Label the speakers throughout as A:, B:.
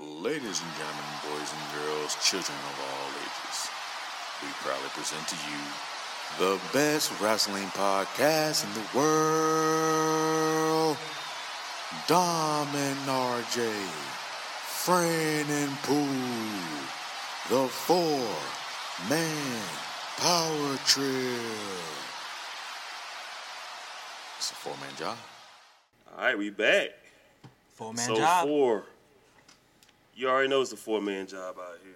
A: Ladies and gentlemen, boys and girls, children of all ages, we proudly present to you the best wrestling podcast in the world. Dom and RJ, Fran and Pooh, the four man power trip. It's a four man job.
B: All right, we back.
C: Four man
B: so
C: job.
B: four. You already know it's a four man job out here.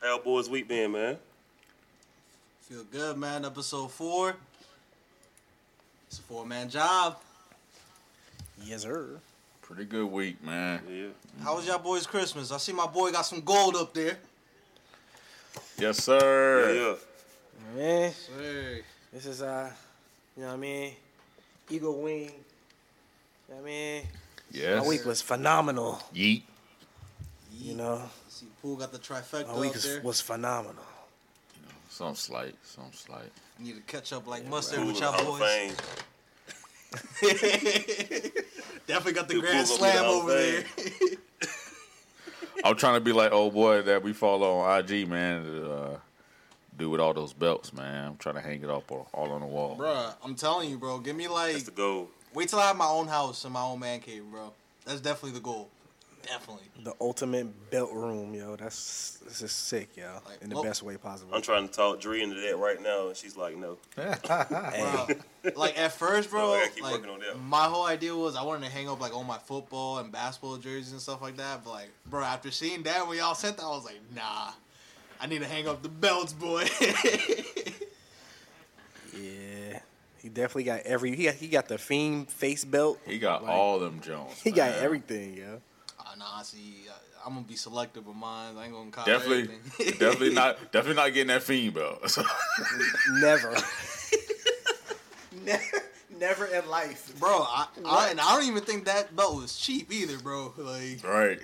B: How boys week been, man?
C: Feel good, man. Episode four. It's a four man job.
D: Yes, sir.
A: Pretty good week, man.
B: Yeah.
C: How was y'all boys' Christmas? I see my boy got some gold up there.
A: Yes, sir.
B: Yeah, yeah.
D: Man,
C: Hey.
D: this is uh, you know what I mean, Eagle Wing. You know what I mean,
A: Yes.
D: my week was phenomenal.
A: Yeet.
D: You know,
C: See, Poole got the trifecta
D: my week
C: up there.
D: was, was phenomenal.
A: Some slight, some slight.
C: Need to catch up like mustard
B: Cool
C: with
B: Hall
C: y'all
B: of
C: boys.
B: Fame.
C: Definitely got the
B: Dude,
C: grand
B: Poole gonna be
C: slam
B: the Hall of
C: over there.
A: I'm trying to be like old boy that we follow on IG, man. to, Uh, do with all those belts, man. I'm trying to hang it up all, all on the wall.
C: Bruh, I'm telling you, bro. Give me like
B: That's the goal.
C: wait till I have my own house and my own man cave, bro. That's definitely the goal. Definitely.
D: The ultimate belt room, yo. That's this is sick, yo.
C: Like,
D: In the
C: well-
D: best way possible.
B: I'm trying to talk Dree into that right now, and she's like, no.
C: Bro, like at first, bro,
B: I gotta keep
C: like,
B: working on that.
C: my whole idea was I wanted to hang up like all my football and basketball jerseys and stuff like that. But like, bro, after seeing that when y'all sent that, I was like, nah, I need to hang up the belts, boy.
D: Yeah, he definitely got every. He got, he got the fiend face belt.
A: He got
D: Like,
A: all them Jones.
D: He got
A: man.
D: everything, yo.
C: Ah, nah, see, I, I'm gonna be selective with mine. I ain't gonna cop
A: Definitely,
C: everything.
A: definitely not, definitely not getting that fiend belt.
D: Never. never, never in life.
C: bro. I, I, and I don't even think that belt was cheap either, bro. Like,
A: right,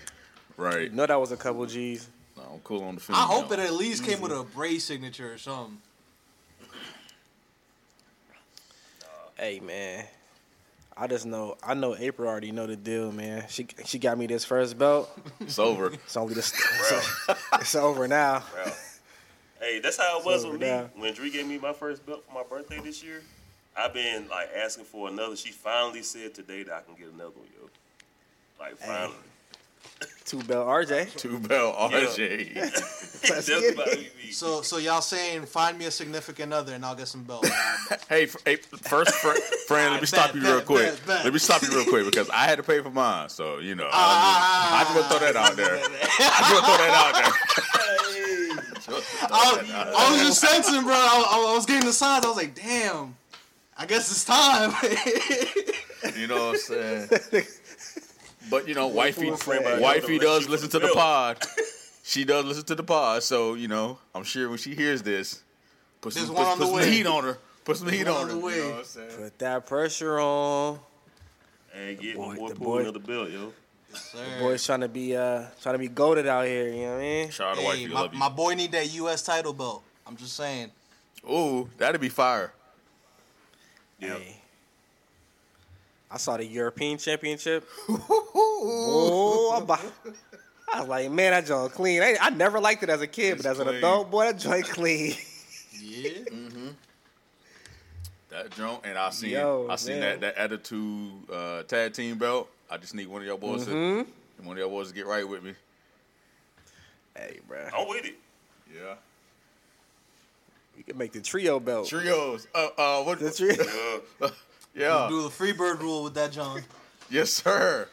A: right.
D: You know that was a couple G's.
A: No, I'm cool on the fiend.
C: I hope it
A: belt.
C: at least came with a brace signature or something.
D: Hey man, I just know I know April already know the deal, man. She she got me this first belt.
A: It's over.
D: It's only this. it's, it's over now.
B: Wow. hey, that's how it was
D: So,
B: with me.
D: yeah.
B: When Dree gave me my first belt for my birthday this year, I've been like asking for another. She finally said today that I can get another one, yo. Like finally.
D: Two belt RJ.
A: Two belt RJ.
B: that's
D: get it.
B: about me.
C: So, so y'all saying find me a significant other and I'll get some belts.
A: Hey, f- hey, first fr- friend, let me
C: bet,
A: stop you
C: bet,
A: real quick.
C: bet, bet.
A: Let me stop you real quick because I had to pay for mine, so you know.
C: Ah.
A: I just, I just want to throw that out there. I just want to throw that out there.
C: I, I was just sensing, bro. I, I- I was getting the signs. I was like, damn. I guess it's time.
A: You know what I'm saying? But you know, wifey,
B: friend,
A: wifey
B: but I
A: does
B: don't
A: listen
B: let
A: to
B: you
A: the
B: know.
A: pod. She does listen to the pod, so you know, I'm sure when she hears this, put some,
C: There's
A: put,
C: one on
A: put
C: the
A: some
C: way.
A: heat on her. Put some heat
C: one
A: on
C: on
A: her.
C: the
A: You
C: way.
A: know what I'm saying?
D: Put that pressure on.
B: And get my
D: boy-
B: boy
D: the
B: Pooh
D: boy-
B: another belt, yo.
C: Sir.
D: Boys trying to be uh trying to be goaded out here. You know what I mean?
A: Shout out to
C: Hey,
A: wifey,
C: my,
A: love
C: my
A: you.
C: boy need that U.S. title belt. I'm just saying.
A: Ooh, that'd be fire.
B: Yeah.
D: Hey. I saw the European Championship. Oh, I'm about- I was like, man, that joint clean. I, I never liked it as a kid,
A: It's
D: but as an
A: clean.
D: adult, boy, that joint clean.
C: Yeah.
A: That jump, and I seen,
D: Yo,
A: I seen that
D: man.
A: that attitude uh, tag team belt. I just need one of y'all boys
D: Mm-hmm.
A: to, one of y'all boys to get right with me.
D: hey, bro,
A: Oh.
B: I'm with it.
A: Yeah,
D: you can make the trio belt.
A: trios. Uh, uh, what?
D: The trio.
B: Yeah.
A: yeah,
C: Do the Freebird rule with that, John.
A: yes, sir.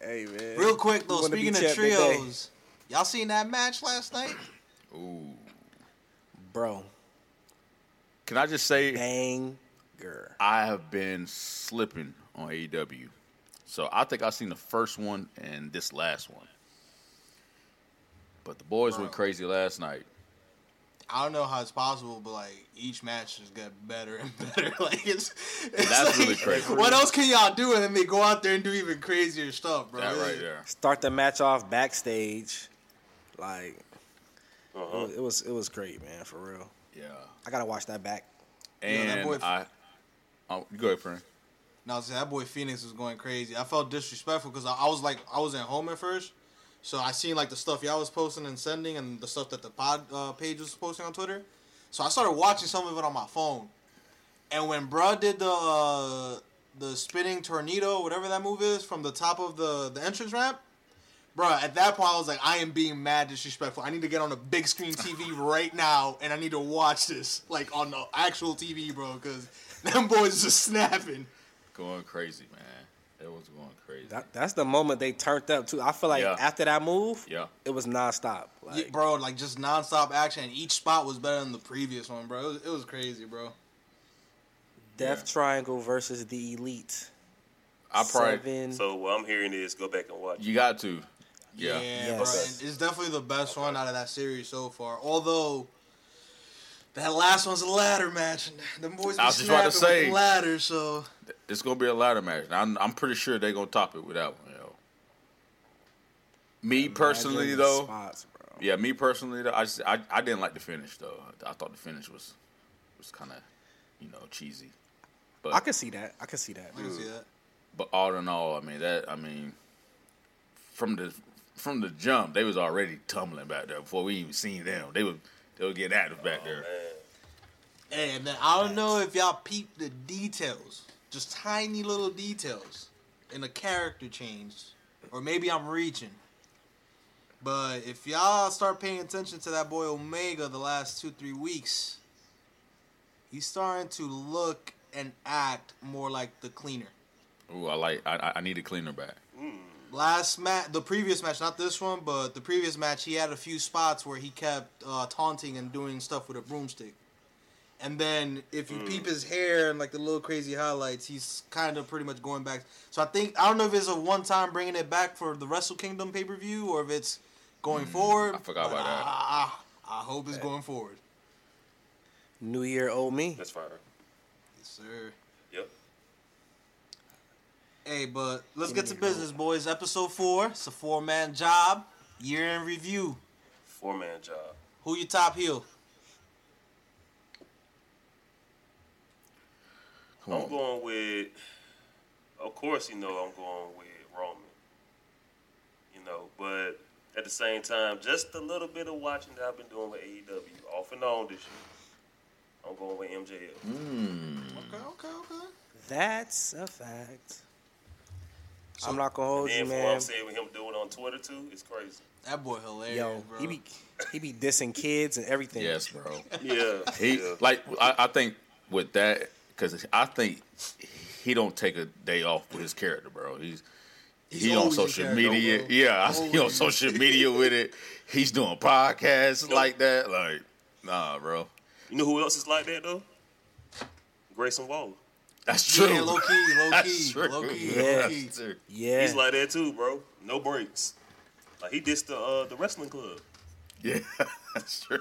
D: Hey man.
C: Real quick,
D: We
C: though,
D: wanna be
C: speaking of
D: champ today.
C: trios, y'all seen that match last night?
A: Ooh,
D: Bro,
A: can I just say
D: banger.
A: I have been slipping on AEW, so I think I seen the first one and this last one. But the boys went crazy last night.
C: I don't know how it's possible, but like each match just got better and better. Like it's, it's
A: That's
C: like,
A: really crazy.
C: What else can y'all do? And then they go out there and do even crazier stuff, bro.
A: That
C: This
A: right
C: is-
A: there.
D: Start the match off backstage. Like it
B: Uh-huh.
D: was, it was it was great, man, for real.
A: Yeah,
D: I gotta watch that back.
C: that
A: and
C: boy-
A: I. Oh, you go ahead, friend.
C: And I was that boy Phoenix was going crazy. I felt disrespectful because I, I was like I was at home at first, so I seen like the stuff y'all was posting and sending and the stuff that the pod uh, page was posting on Twitter. So I started watching some of it on my phone, and when bruh did the uh, the spinning tornado, whatever that move is, from the top of the the entrance ramp, bruh, at that point I was like, I am being mad disrespectful. I need to get on a big screen TV right now, and I need to watch this like on the actual TV, bro, because them boys is just snapping.
A: Going crazy, man. It was going crazy.
D: That, that's the moment they turned up too. I feel like
A: Yeah.
D: after that move,
A: Yeah.
D: it was nonstop. Like,
C: Yeah, bro, like just nonstop action, and each spot was better than the previous one, bro. It was, it was crazy, bro.
D: Death Triangle versus the Elite.
A: I probably
D: Seven.
B: So what I'm hearing is go back and watch.
A: you got to. Yeah.
D: Yes.
C: bro. and It's definitely the best one out of that series so far. Although that last one's a ladder match, and them boys be
A: I was just about to
C: snapping with
A: say.
C: ladders. So
A: It's gonna be a ladder match. and I'm I'm pretty sure they gonna top it with that one, yo. Me personally
D: Imagine the
A: though.
D: spots, bro.
A: Yeah, me personally though, I just I, I didn't like the finish though. I thought the finish was was kinda, you know, cheesy. But
D: I can see that. I can see that.
C: I can see that.
A: but all in all, I mean that I mean from the from the jump, they was already tumbling back there before we even seen them. They would they were getting active back there.
C: Hey, and then I don't know if y'all peeped the details, just tiny little details in the character change, or maybe I'm reaching. But if y'all start paying attention to that boy Omega the last two three weeks, he's starting to look and act more like the cleaner.
A: Ooh, I like I- I I need a cleaner back.
C: Last match, the previous match, not this one, but the previous match, he had a few spots where he kept uh, taunting and doing stuff with a broomstick. And then if you peep his hair and like the little crazy highlights, he's kind of pretty much going back. So I think I don't know if it's a one time bringing it back for the Wrestle Kingdom pay per view or if it's going forward.
A: Hmm, I forgot
C: but
A: about that.
C: I, I, I hope it's going forward.
D: New Year, old me.
B: That's fine.
C: Yes, sir.
B: Yep.
C: Hey, but let's get to business, boys. Episode four. It's a four man job. Year in review.
B: Four man job.
C: Who your top heel?
A: Come
B: I'm
A: on.
B: going with, of course, you know, I'm going with Roman. You know, but at the same time, just a little bit of watching that I've been doing with AEW off and on this year. I'm going with
D: Mm,
B: MJF.
C: Okay, okay, okay.
D: That's a fact.
C: So-
D: I'm not gonna hold you,
B: And from what
D: man.
B: I'm saying with him doing it on Twitter too, it's crazy.
C: That boy hilarious,
D: Yo,
C: bro.
D: he be he be dissing kids and everything.
A: Yes, bro.
B: Yeah.
A: He
B: yeah.
A: like I, I think with that because I think he don't take a day off with his character, bro. He's
C: He's
A: he on
C: always in
A: social
C: character,
A: media,
C: bro.
A: yeah. I see he on
C: Always.
A: social media with it. He's doing podcasts like that, like nah, bro.
B: You know who else is like that though? Grayson Waller.
A: That's true.
C: Yeah, low key, low
A: That's
C: key,
A: true.
C: low key,
D: Yeah.
C: low key.
A: That's true.
D: Yeah.
B: He's like that too, bro. No breaks. Like he dissed the uh, the wrestling club.
A: Yeah, that's true.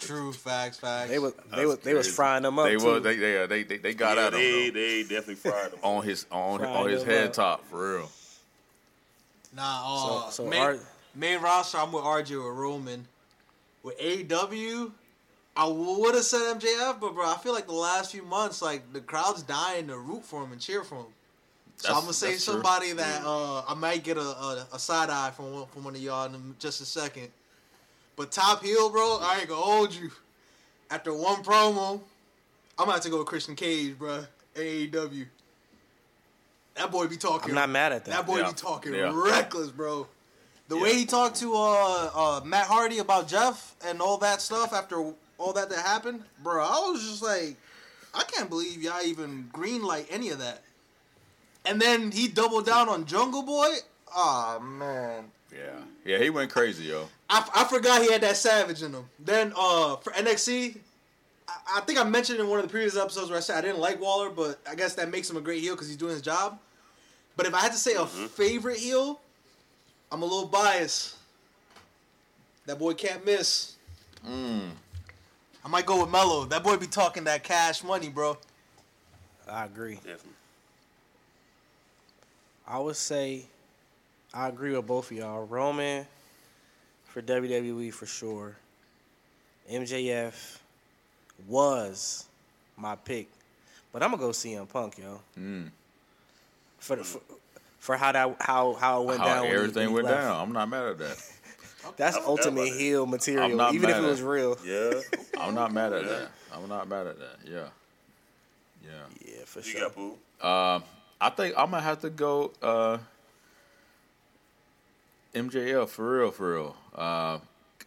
C: True facts, facts.
D: they was they was they was
A: crazy.
D: frying them up.
A: They
D: too.
A: were they they uh, they they, they got
B: yeah,
A: at him
B: they
A: though.
B: they definitely fried him.
A: on his on
D: Fried
A: on his
D: him
A: head
D: up.
A: top for real.
C: nah, uh,
D: So- so
C: main,
D: R-
C: main roster. I'm with RJ with Roman. With AEW, I would have said MJF, but bro, I feel like the last few months, like the crowd's dying to root for him and cheer for him. So
A: That's-
C: I'm gonna say
A: that's true.
C: somebody that uh, I might get a, a, a side eye from one, from one of y'all in just a second. But top heel, bro, I ain't gonna hold you. After one promo, I'm about to go with Christian Cage, bro. AEW. That boy be talking.
D: I'm not mad at
C: That
D: that.
C: boy
A: Yeah.
C: be talking
A: Yeah.
C: reckless, bro. The way
B: Yeah.
C: he talked to uh, uh, Matt Hardy about Jeff and all that stuff after all that that happened, bro, I was just like, I can't believe y'all even greenlight any of that. And then he doubled down on Jungle Boy. Oh man,
A: Yeah, yeah, he went crazy, yo.
C: I, I forgot he had that savage in him. Then uh, for NXT, I, I think I mentioned in one of the previous episodes where I said I didn't like Waller, but I guess that makes him a great heel because he's doing his job. But if I had to say
A: Mm-hmm.
C: a favorite heel, I'm a little biased. That boy can't miss.
A: Mm.
C: I might go with Mello. That boy be talking that cash money, bro.
D: I agree.
B: Definitely.
D: I would say I agree with both of y'all. Roman for WWE for sure. MJF was my pick. But I'm gonna go CM Punk, yo.
A: Mm.
D: For, the, for for how that how how it went
A: How
D: down. when he- when
A: everything
D: he
A: went
D: left.
A: down. I'm not mad at that.
D: That's
B: I forgot
D: ultimate
B: about that.
D: heel
A: I'm
D: material,
A: not
D: even if
A: mad
D: it
A: at
D: was
A: it.
D: real.
B: Yeah,
A: I'm not mad at that. I'm not mad at that. Yeah. Yeah.
D: Yeah, for
B: you
D: sure.
B: got boo.
A: I think I'm gonna have to go uh, MJL for real, for real.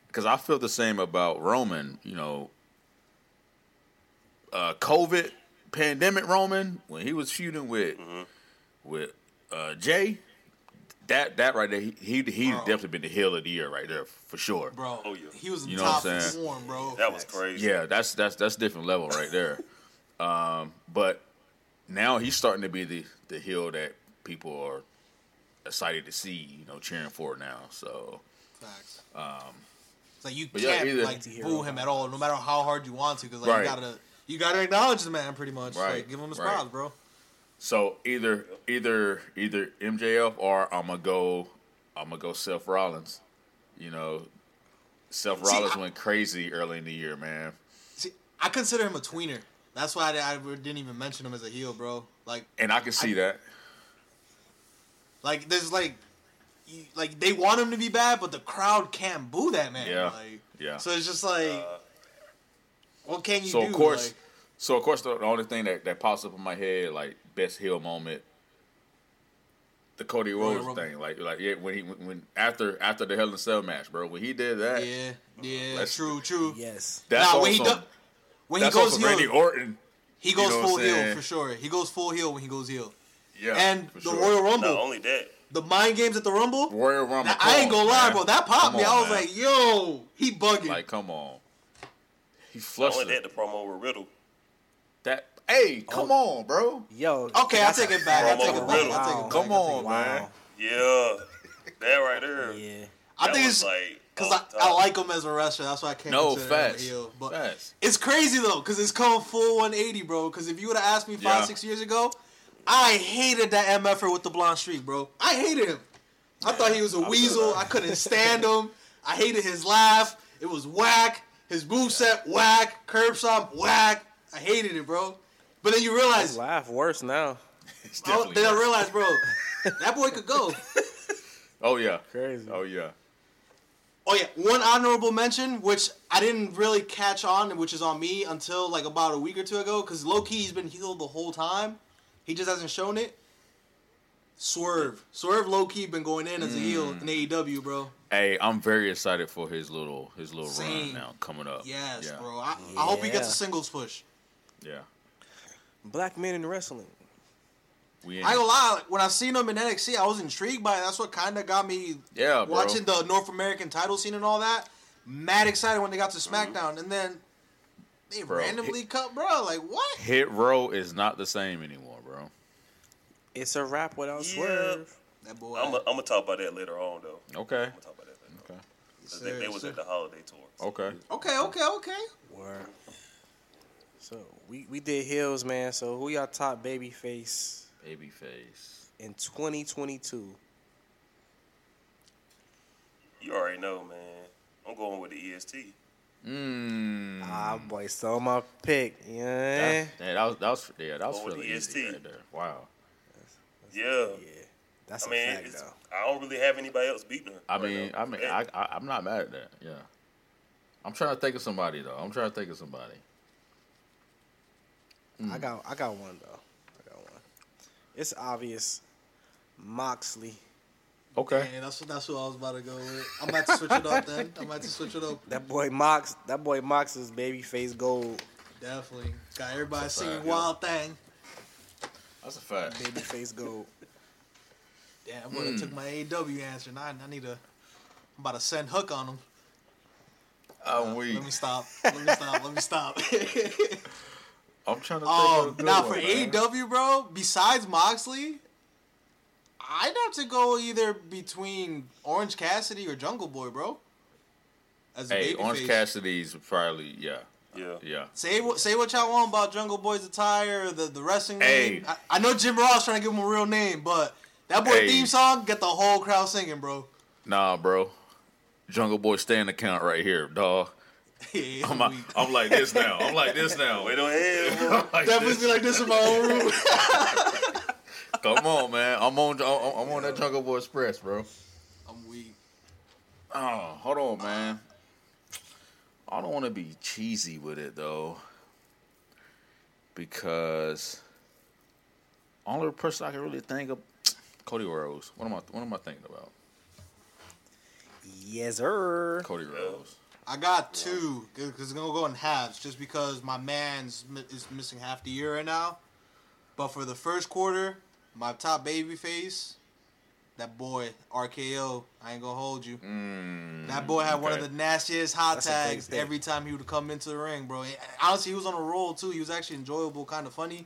A: Because I feel the same about Roman. You know, uh, COVID pandemic Roman when he was feuding with with uh, Jay. That that right there, he he he's
C: Bro.
A: definitely been the heel of the year right there for sure.
C: bro.
B: Oh, yeah.
C: He was in
A: You know
C: top
A: what I'm saying?
C: form, bro.
B: That was crazy.
A: Yeah, that's that's that's different level right there. um, but now he's starting to be the the heel that people are excited to see, you know, cheering for now. So
C: Facts. it's like you
A: Um, but yeah,
C: can't
A: either-
C: like boo him at all, no matter how hard you want to, because like
A: Right.
C: you gotta you gotta acknowledge the man pretty much.
A: Right,
C: Like give him his
A: right.
C: props, bro.
A: so either either either MJF or I'm gonna go I'm gonna go Seth Rollins. You know, Seth Rollins
C: I-
A: went crazy early in the year, man.
C: See, I consider him a tweener. That's why I, I didn't even mention him as a heel, bro. Like
A: And I can see that.
C: like there's like you, like they want him to be bad, but the crowd can't boo that man.
A: Yeah,
C: Like,
A: yeah.
C: So it's just like, what can you
A: So
C: do?
A: of course,
C: Like,
A: so of course, the, the only thing that, that pops up in my head like best heel moment, the Cody Rhodes
C: Rumble.
A: thing, like like yeah, when he when, when after after the Hell in a Cell match, bro, when he did that,
C: yeah, yeah,
A: Let's-
C: true, true.
D: Yes.
A: that's
C: Nah,
A: also
C: when he do- when he
A: that's
C: goes
A: also
C: heel,
A: Randy Orton,
C: he
A: you
C: goes
A: know what I'm
C: full heel
A: saying?
C: for sure. He goes full heel when he goes heel.
A: yeah,
C: and
A: for
C: the
A: sure.
C: Royal Rumble,
B: Not only that,
C: the mind games at the Rumble.
A: Royal Rumble,
C: Now,
A: come
C: I ain't
A: on,
C: gonna lie,
A: man.
C: bro. That popped
A: Come
C: me.
A: on,
C: I was
A: man.
C: like, yo, he bugging.
A: like come on, he
B: not
A: flushed
B: only
A: it.
B: that, the promo with Riddle.
A: that. Hey,
C: Oh.
A: come on, bro,
D: Yo.
C: okay, I take it back. I
B: promo
C: take it
B: with
C: back.
B: Riddle.
C: I take it back.
A: come
C: I take it
A: on,
C: back.
A: man.
B: Yeah, that right there.
D: Yeah.
C: I
B: That
C: think
B: was
C: it's
B: like
C: because
B: off the
C: I, I
B: top.
C: like him as a wrestler. That's why I can't
A: oh, No,
C: consider him a
A: facts.
C: heel. But
A: Facts.
C: it's crazy though, because it's called full 180, bro. Because if you would have asked me five,
A: Yeah.
C: six years ago, I hated that mf'er with the blonde streak, bro. I hated him. I thought he was a weasel. I couldn't stand him. I hated his laugh. It was whack. His moveset whack. Curb stomp whack. I hated it, bro. But then you
D: I
C: realize,
D: laugh worse now.
A: It's
C: oh,
A: definitely
C: then I
A: that.
C: realized, bro, that boy could go.
A: oh yeah,
D: Crazy.
A: oh yeah.
C: Oh yeah, one honorable mention, which I didn't really catch on, which is on me until like about a week or two ago, because low key he's been healed the whole time, he just hasn't shown it. Swerve, Swerve, low key been going in as a heel
A: Mm.
C: in AEW, bro.
A: Hey, I'm very excited for his little his little run
C: Same.
A: now coming up.
C: Yes,
A: Oh, yeah.
C: bro. I, I hope he gets
D: Yeah.
C: a singles push.
A: Yeah,
D: Black men in wrestling.
A: we.
C: I ain't
A: in.
C: gonna lie, like, when I seen him in NXT, I was intrigued by it. That's what kind of got me
A: Yeah, bro.
C: watching the North American title scene and all that. Mad excited when they got to SmackDown, and then they
A: Mm-hmm. Bro,
C: randomly cut, bro. Like what?
A: Hit row is not the same anymore, bro.
D: It's a rap without
B: Yeah.
D: swerve.
C: That boy.
B: I'm gonna talk about that later on, though.
A: Okay.
B: I'm gonna talk about that later.
A: Okay.
B: Cause they, they was at the holiday tour.
A: Okay.
C: Okay, okay, okay.
D: Word. So we, we did heels, man. So who y'all top baby face
A: Babyface.
D: in 2022?
B: You already know, man. I'm going with the E EST.
A: Mmm.
D: Ah,
B: Mm.
D: boy, stole my pick. Yeah.
A: That, that was that was yeah, that was
B: Oh,
A: really
B: the
A: easy
B: EST.
A: right there. Wow.
B: Yeah.
D: yeah. That's a
B: I mean,
D: fact,
B: it's,
D: though.
B: I don't really have anybody else beating her.
A: I
B: right
A: mean,
B: now.
A: I mean, I, I I'm not mad at that. Yeah. I'm trying to think of somebody though. I'm trying to think of somebody.
B: mm.
D: I got I got one though. I got one. It's obvious. Moxley.
A: Okay.
C: Yeah, that's what that's what I was about to go with. I'm about to switch it up then. I'm about to switch it up.
D: That boy Mox. That boy Mox is babyface gold.
C: Definitely. Got everybody
A: That's a
C: singing
A: fact.
C: Wild Thing.
A: That's a fact.
D: Babyface gold.
C: Damn, I'm
A: Hmm.
C: gonna took my AW answer. Now I, I need to. I'm about to send Hook on him.
A: I'm
C: uh, Let me stop. Let me stop. Let me stop.
A: I'm trying to think of
C: um,
A: a good
C: now
A: one,
C: for
A: man.
C: AEW, bro. Besides Moxley, I'd have to go either between Orange Cassidy or Jungle Boy, bro. As a
A: Hey,
C: babyface.
A: Orange Cassidy's probably yeah.
B: yeah.
A: Yeah.
C: Say what say what y'all want about Jungle Boy's attire, or the the wrestling
A: Hey.
C: name. I, I know Jim Ross trying to give him a real name, but that boy
A: Hey.
C: theme song get the whole crowd singing, bro.
A: Nah, bro. Jungle Boy stand account right here, dog.
C: Yeah,
A: I'm, like- I'm like this now. I'm like this now.
B: Wait on hell.
A: I'm like
C: Definitely
A: this.
C: be like this in my own room.
A: Come on, man. I'm on. I'm I'm on that Jungle Boy Express, bro.
C: I'm weak.
A: Oh, hold on, man. I don't want to be cheesy with it though, because only person I can really think of, Cody Rose. What am I? What am I thinking about?
D: Yes, sir.
A: Cody Rose.
C: I got two because it's gonna go in halves, just because my man's mi- is missing half the year right now. But for the first quarter, my top baby face, that boy RKO, I ain't gonna hold you.
A: Mm,
C: That boy had one of
A: okay.
C: the nastiest hot
D: That's a great
C: tags
D: pick.
C: every time he would come into the ring, bro. And Honestly, he was on a roll too. He was actually enjoyable, kind of funny.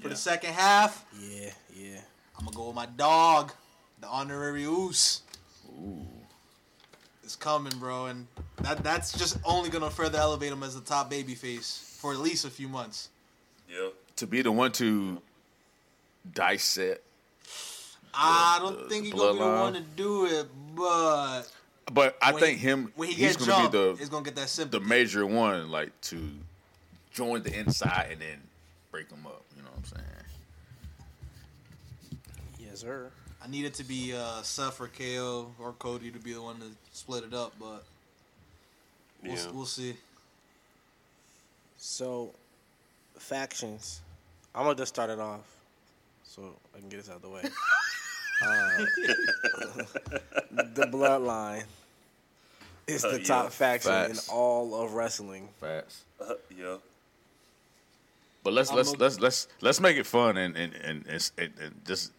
C: For
A: Yeah.
C: the second half,
D: Yeah, yeah.
C: I'm gonna go with my dog, the honorary Oos.
A: Ooh.
C: It's coming, bro, and that that's just only gonna further elevate him as the top baby face for at least a few months.
B: Yeah.
A: To be the one to dissect,
C: I don't
A: the- Uh,
C: think
A: the
C: he's gonna be the
A: bloodline.
C: one to do it, but
A: but I
C: when
A: think
C: he-
A: him.
C: when he
A: he's
C: gets
A: going
C: jumped,
A: to be
C: it's
A: the
C: gonna get that
A: the
C: sympathy.
A: major one, like to join the inside and then break them up. You know what I'm saying?
D: Yes, sir.
C: I need it to be uh, Seth or KO or Cody to be the one to split it up, but we'll,
B: Yeah.
C: we'll see.
D: So, factions. I'm gonna just start it off, so I can get this out of the way. uh, the bloodline is
B: Uh,
D: the
B: yeah.
D: top faction
A: Facts.
D: in all of wrestling.
A: Facts.
B: Uh, yeah.
A: But let's
C: I'm
A: let's
C: okay.
A: let's let's let's make it fun and and and, and, and, and just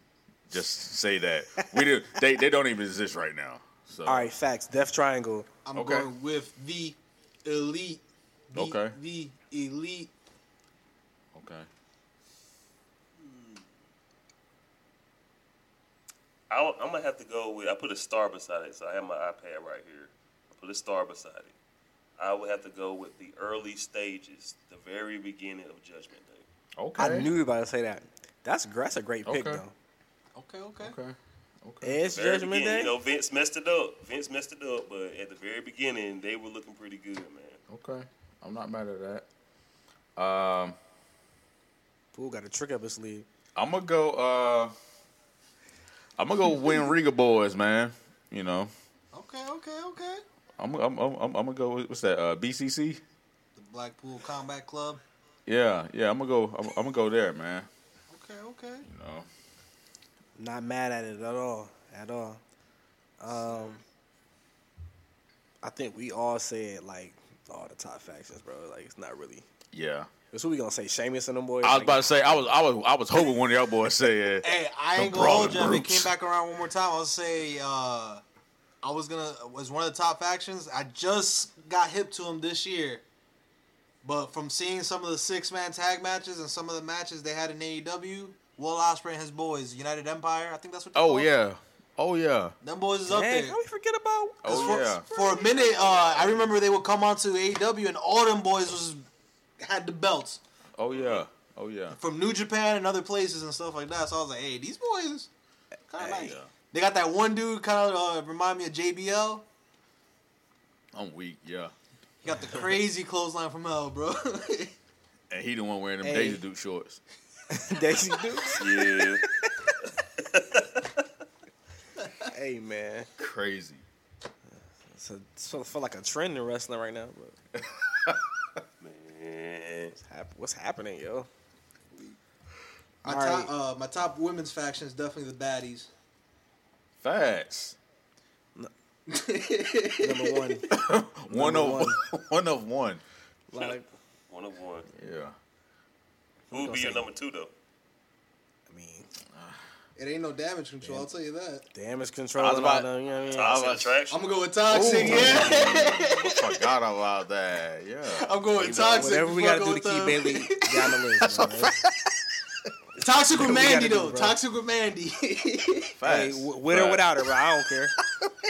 A: just say that we do they they don't even exist right now.
B: Uh.
A: So
D: All right, facts. Death Triangle.
C: I'm
A: Okay.
C: going with the elite. The,
A: Okay.
C: The elite.
A: okay.
B: I, am gonna have to go with. I put a star beside it, so I have my iPad right here. I put a star beside it. I would have to go with the early stages, the very beginning of Judgment Day.
A: Okay.
D: I knew you were about to say that. That's gr- that's a great pick
A: Okay.
D: though.
C: Okay, okay.
A: Okay. Okay.
D: It's
B: Very
D: Judgment
B: beginning.
D: Day.
B: You know, Vince messed it up. Vince messed it up, but at the very beginning, they were looking pretty good, man.
A: Okay. I'm not mad at that. Um,
D: Poole got a trick up his sleeve.
A: I'm gonna go. Uh, I'm gonna go win Riga boys, man. You know,
C: Okay, okay, okay.
A: I'm I'm I'm, I'm gonna go. with- What's that? Uh, BCC.
C: The Blackpool Combat Club.
A: Yeah, yeah. I'm gonna go. I'm, I'm gonna go there, man.
C: Okay, okay.
A: You know.
D: Not mad at it at all. At all. Um, I think we all said like all the top factions, bro. Like it's not really.
A: Yeah.
D: It's who we gonna say Sheamus and them boys.
A: I was
D: Like,
A: about to say. I was. I was. I was hoping one of y'all boys said.
C: Hey, I
A: The
C: ain't gonna hold you. If
A: brawling
C: it came
A: brutes.
C: back around one more time, I'll say uh, I was gonna was one of the top factions. I just got hip to him this year, but from seeing some of the six man tag matches and some of the matches they had in AEW, Will Ospreay and his boys, United Empire. I think that's what. they're
A: Oh
C: called.
A: yeah. Oh yeah.
C: them boys is
D: Dang,
C: up there.
D: how we forget about?
C: 'Cause
A: Oh,
C: for,
A: yeah.
C: for a minute, uh, I remember they would come onto AEW and all them boys was had the belts
A: Oh yeah. Oh yeah.
C: from New Japan and other places and stuff like that. So I was like, hey, these boys kind of
D: Hey.
C: nice. They got that one dude kind of uh, remind me of JBL.
A: I'm weak. Yeah.
C: He got the crazy clothesline from hell, bro.
A: And he the one wearing them
D: Hey.
A: Daisy Duke shorts.
D: Daisy Dukes.
B: Yeah.
D: hey man,
A: Crazy.
D: it's a, it's sort of feel like a trend in wrestling right now. But
B: man.
D: it's hap- what's happening, yo?
C: my,
D: Alright.
C: top, uh, my top women's faction is definitely the baddies.
A: Facts.
D: Number one.
A: One
D: Number
A: of one. of one.
D: like,
B: One of one.
A: Yeah.
B: Who would be
D: gonna
B: your
D: say-
B: number two though?
D: I mean,
C: It ain't no damage control, I'll tell you that.
D: damage control.
A: I was
D: and all
A: about-
D: them, you know what I mean?
A: I
B: Toxic
A: was-
B: attraction.
C: I'm gonna go with toxic, yeah.
A: Forgot about that. Yeah.
C: I'm going toxic.
D: Whatever we
C: before I
D: gotta
C: go
D: do to keep
C: with, uh,
D: Bailey down the list. man.
C: Toxic with
D: we gotta
C: Mandy
D: do,
C: though.
D: bro.
C: toxic with Mandy.
D: Hey,
A: Facts.
D: w- with or without her, bro. I don't care.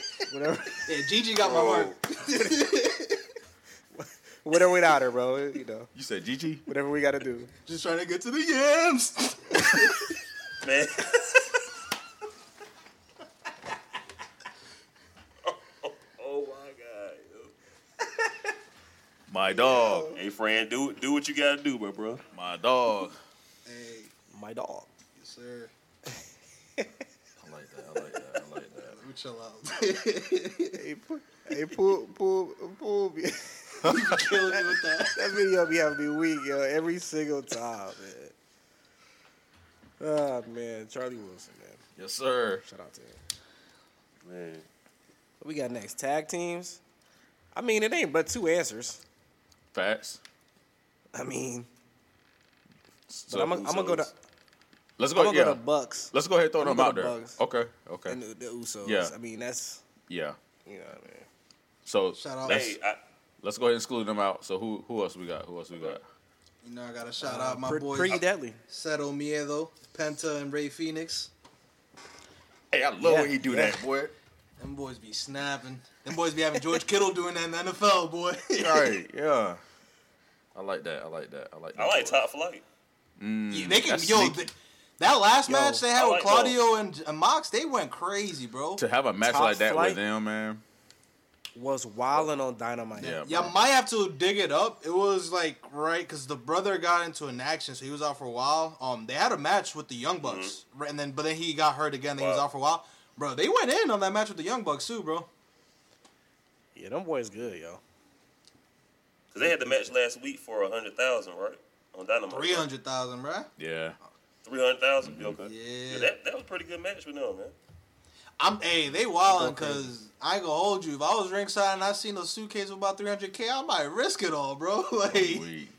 D: Whatever.
C: yeah, Gigi got my heart.
D: With or without her, bro. You know,
A: You said Gigi.
D: whatever we gotta do.
C: Just trying to get to the yams.
B: man. oh, my god. yo.
A: My dog.
B: Hey, friend, do do what you gotta do, my bro.
A: My dog.
C: Hey,
D: My dog.
C: yes, sir.
A: I like that. I like that. I like that.
C: Let me chill out.
D: Hey, pull, hey, pull, pull, pull. Me.
C: Killing me with that.
D: that video be having me weak, yo, every single time, man. Oh man, Charlie Wilson, man.
A: Yes, sir.
D: Shout out to him.
B: Man,
D: What we got next? Tag teams. I mean, it ain't but two answers.
A: Facts.
D: I mean,
A: So
D: but I'm gonna go to
A: Let's
D: I'm
A: go.
D: gonna
A: Yeah.
D: go to Bucks
A: Let's go ahead and throw
D: I'ma
A: them
D: go
A: out
D: to
A: there.
D: Bucks.
A: Okay. Okay.
D: and the, the Usos.
A: Yeah.
D: I mean, that's
A: yeah.
D: you know what I mean.
A: So
C: Shout out.
A: let's
B: hey, I,
A: let's go ahead and exclude them out. So who who else we got? Who else we got?
C: You know, I gotta shout
A: Uh,
C: out my
D: Pre-
C: boys
D: pretty deadly.
C: Seto Miedo, Penta, and Ray Phoenix.
A: Hey, I love
D: Yeah,
A: when he do
D: yeah.
A: that, boy.
C: Them boys be snapping. Them boys be having George Kittle doing that in the NFL, boy.
A: Right. Yeah. I like that. I like that. I like that.
B: I like
A: boy.
B: top flight.
C: Yeah, they can,
A: Mm, that's
C: yo,
A: sneaky.
C: th- that last
D: Yo,
C: match they had
B: I
C: with
B: like
C: Claudio and, and Mox, they went crazy, bro.
A: To have a match
D: Top
A: like that
D: flight.
A: with them, man.
D: Was wilding on Dynamite.
A: Yeah.
C: Yeah, might have to dig it up. It was like right because the brother got into an action, so he was out for a while. Um, they had a match with the Young Bucks, right, and then but then he got hurt again. Then he was
B: Wow.
C: out for a while, bro. They went in on that match with the Young Bucks too, bro.
D: Yeah, them boys good, yo.
B: Cause they had the match last week for a hundred thousand, right? On Dynamite.
C: Three hundred thousand, bro.
A: Yeah.
B: Three hundred thousand. Okay.
C: Yeah.
B: that, that was a pretty good match with them, man.
C: I'm hey, they wildin' because I ain't gonna hold you. If I was ringside and I seen a suitcase with about 300k, I might risk it all, bro. like
A: We-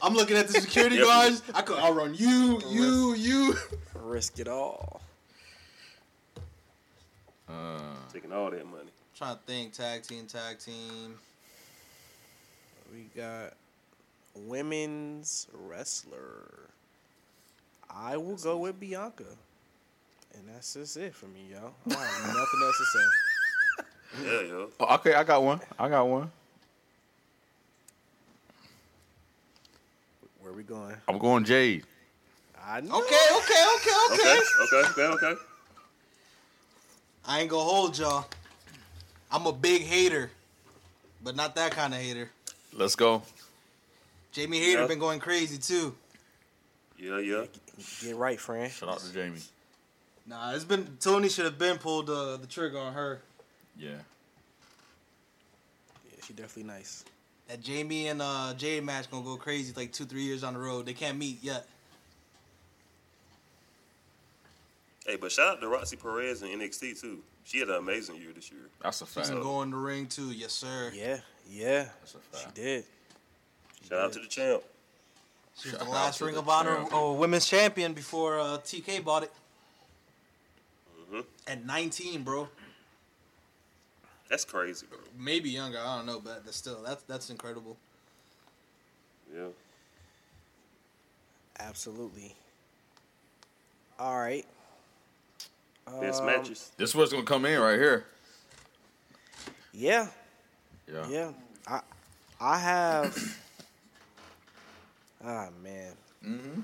C: I'm looking at the security
B: Yep.
C: guards. I could outrun you, you, you.
D: Risk it all.
A: Uh,
B: Taking all that money.
C: trying to think, tag team, tag team.
D: We got women's wrestler. I will go with Bianca. And that's just it for me, y'all. I don't have nothing else to say.
B: Yeah, yo.
A: oh, okay, I got one. I got one.
D: Where we going?
A: I'm going Jade.
D: I know.
C: Okay, okay, okay, okay.
B: Okay. Okay. Okay. Okay.
C: I ain't gonna hold y'all. I'm a big hater, but not that kind of hater.
A: Let's go.
C: Jamie Hater
B: Yeah.
C: been going crazy too.
B: Yeah, yeah.
D: Get right, friend.
A: Shout out to Jamie.
C: Nah, it's been Tony should have been pulled uh, the trigger on her.
A: Yeah.
D: Yeah, she definitely nice.
C: That Jamie and uh, Jade match gonna go crazy like two, three years on the road. They can't meet yet.
B: Hey, but shout out to Roxy Perez and NXT too. She had an amazing year this year.
A: That's a fact.
C: She's
B: Right.
C: going to ring too, yes sir.
D: Yeah, yeah.
A: That's a
D: She
A: fact.
D: did.
B: Shout out to the champ.
C: She was
A: Shout
C: the
A: out
C: last
A: to
C: Ring
A: the
C: of Honor
A: champ.
C: or women's champion before uh, TK bought it.
B: Mhm.
C: At 19, bro.
B: That's crazy, bro.
C: Maybe younger, I don't know, but that's still that's that's incredible.
B: Yeah.
D: Absolutely. All right.
B: Best
D: Um,
B: matches.
A: This one's gonna come in right here.
D: Yeah,
A: Yeah.
D: yeah. I I have. Ah man. Mm-hmm.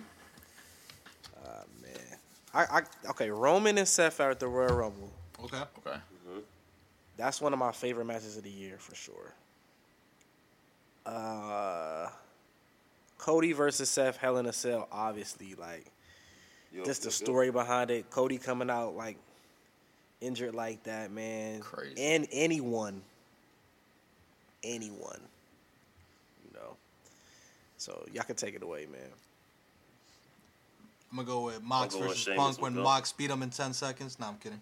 D: Ah man. I, I okay. Roman and Seth are at the Royal Rumble.
C: Okay.
A: Okay.
D: That's one of my favorite matches of the year for sure. Uh, Cody versus Seth, Hell in a Cell, obviously. Like
B: Yo,
D: just the
B: yo, yo.
D: story behind it. Cody coming out like injured like that, man.
A: Crazy.
D: And anyone, anyone, you know. So y'all can take it away, man.
C: I'm gonna go with Mox
B: I'm going
C: versus
B: Sheamus
C: Punk
B: with
C: when
B: them.
C: Mox beat him in 10 seconds. No, I'm kidding.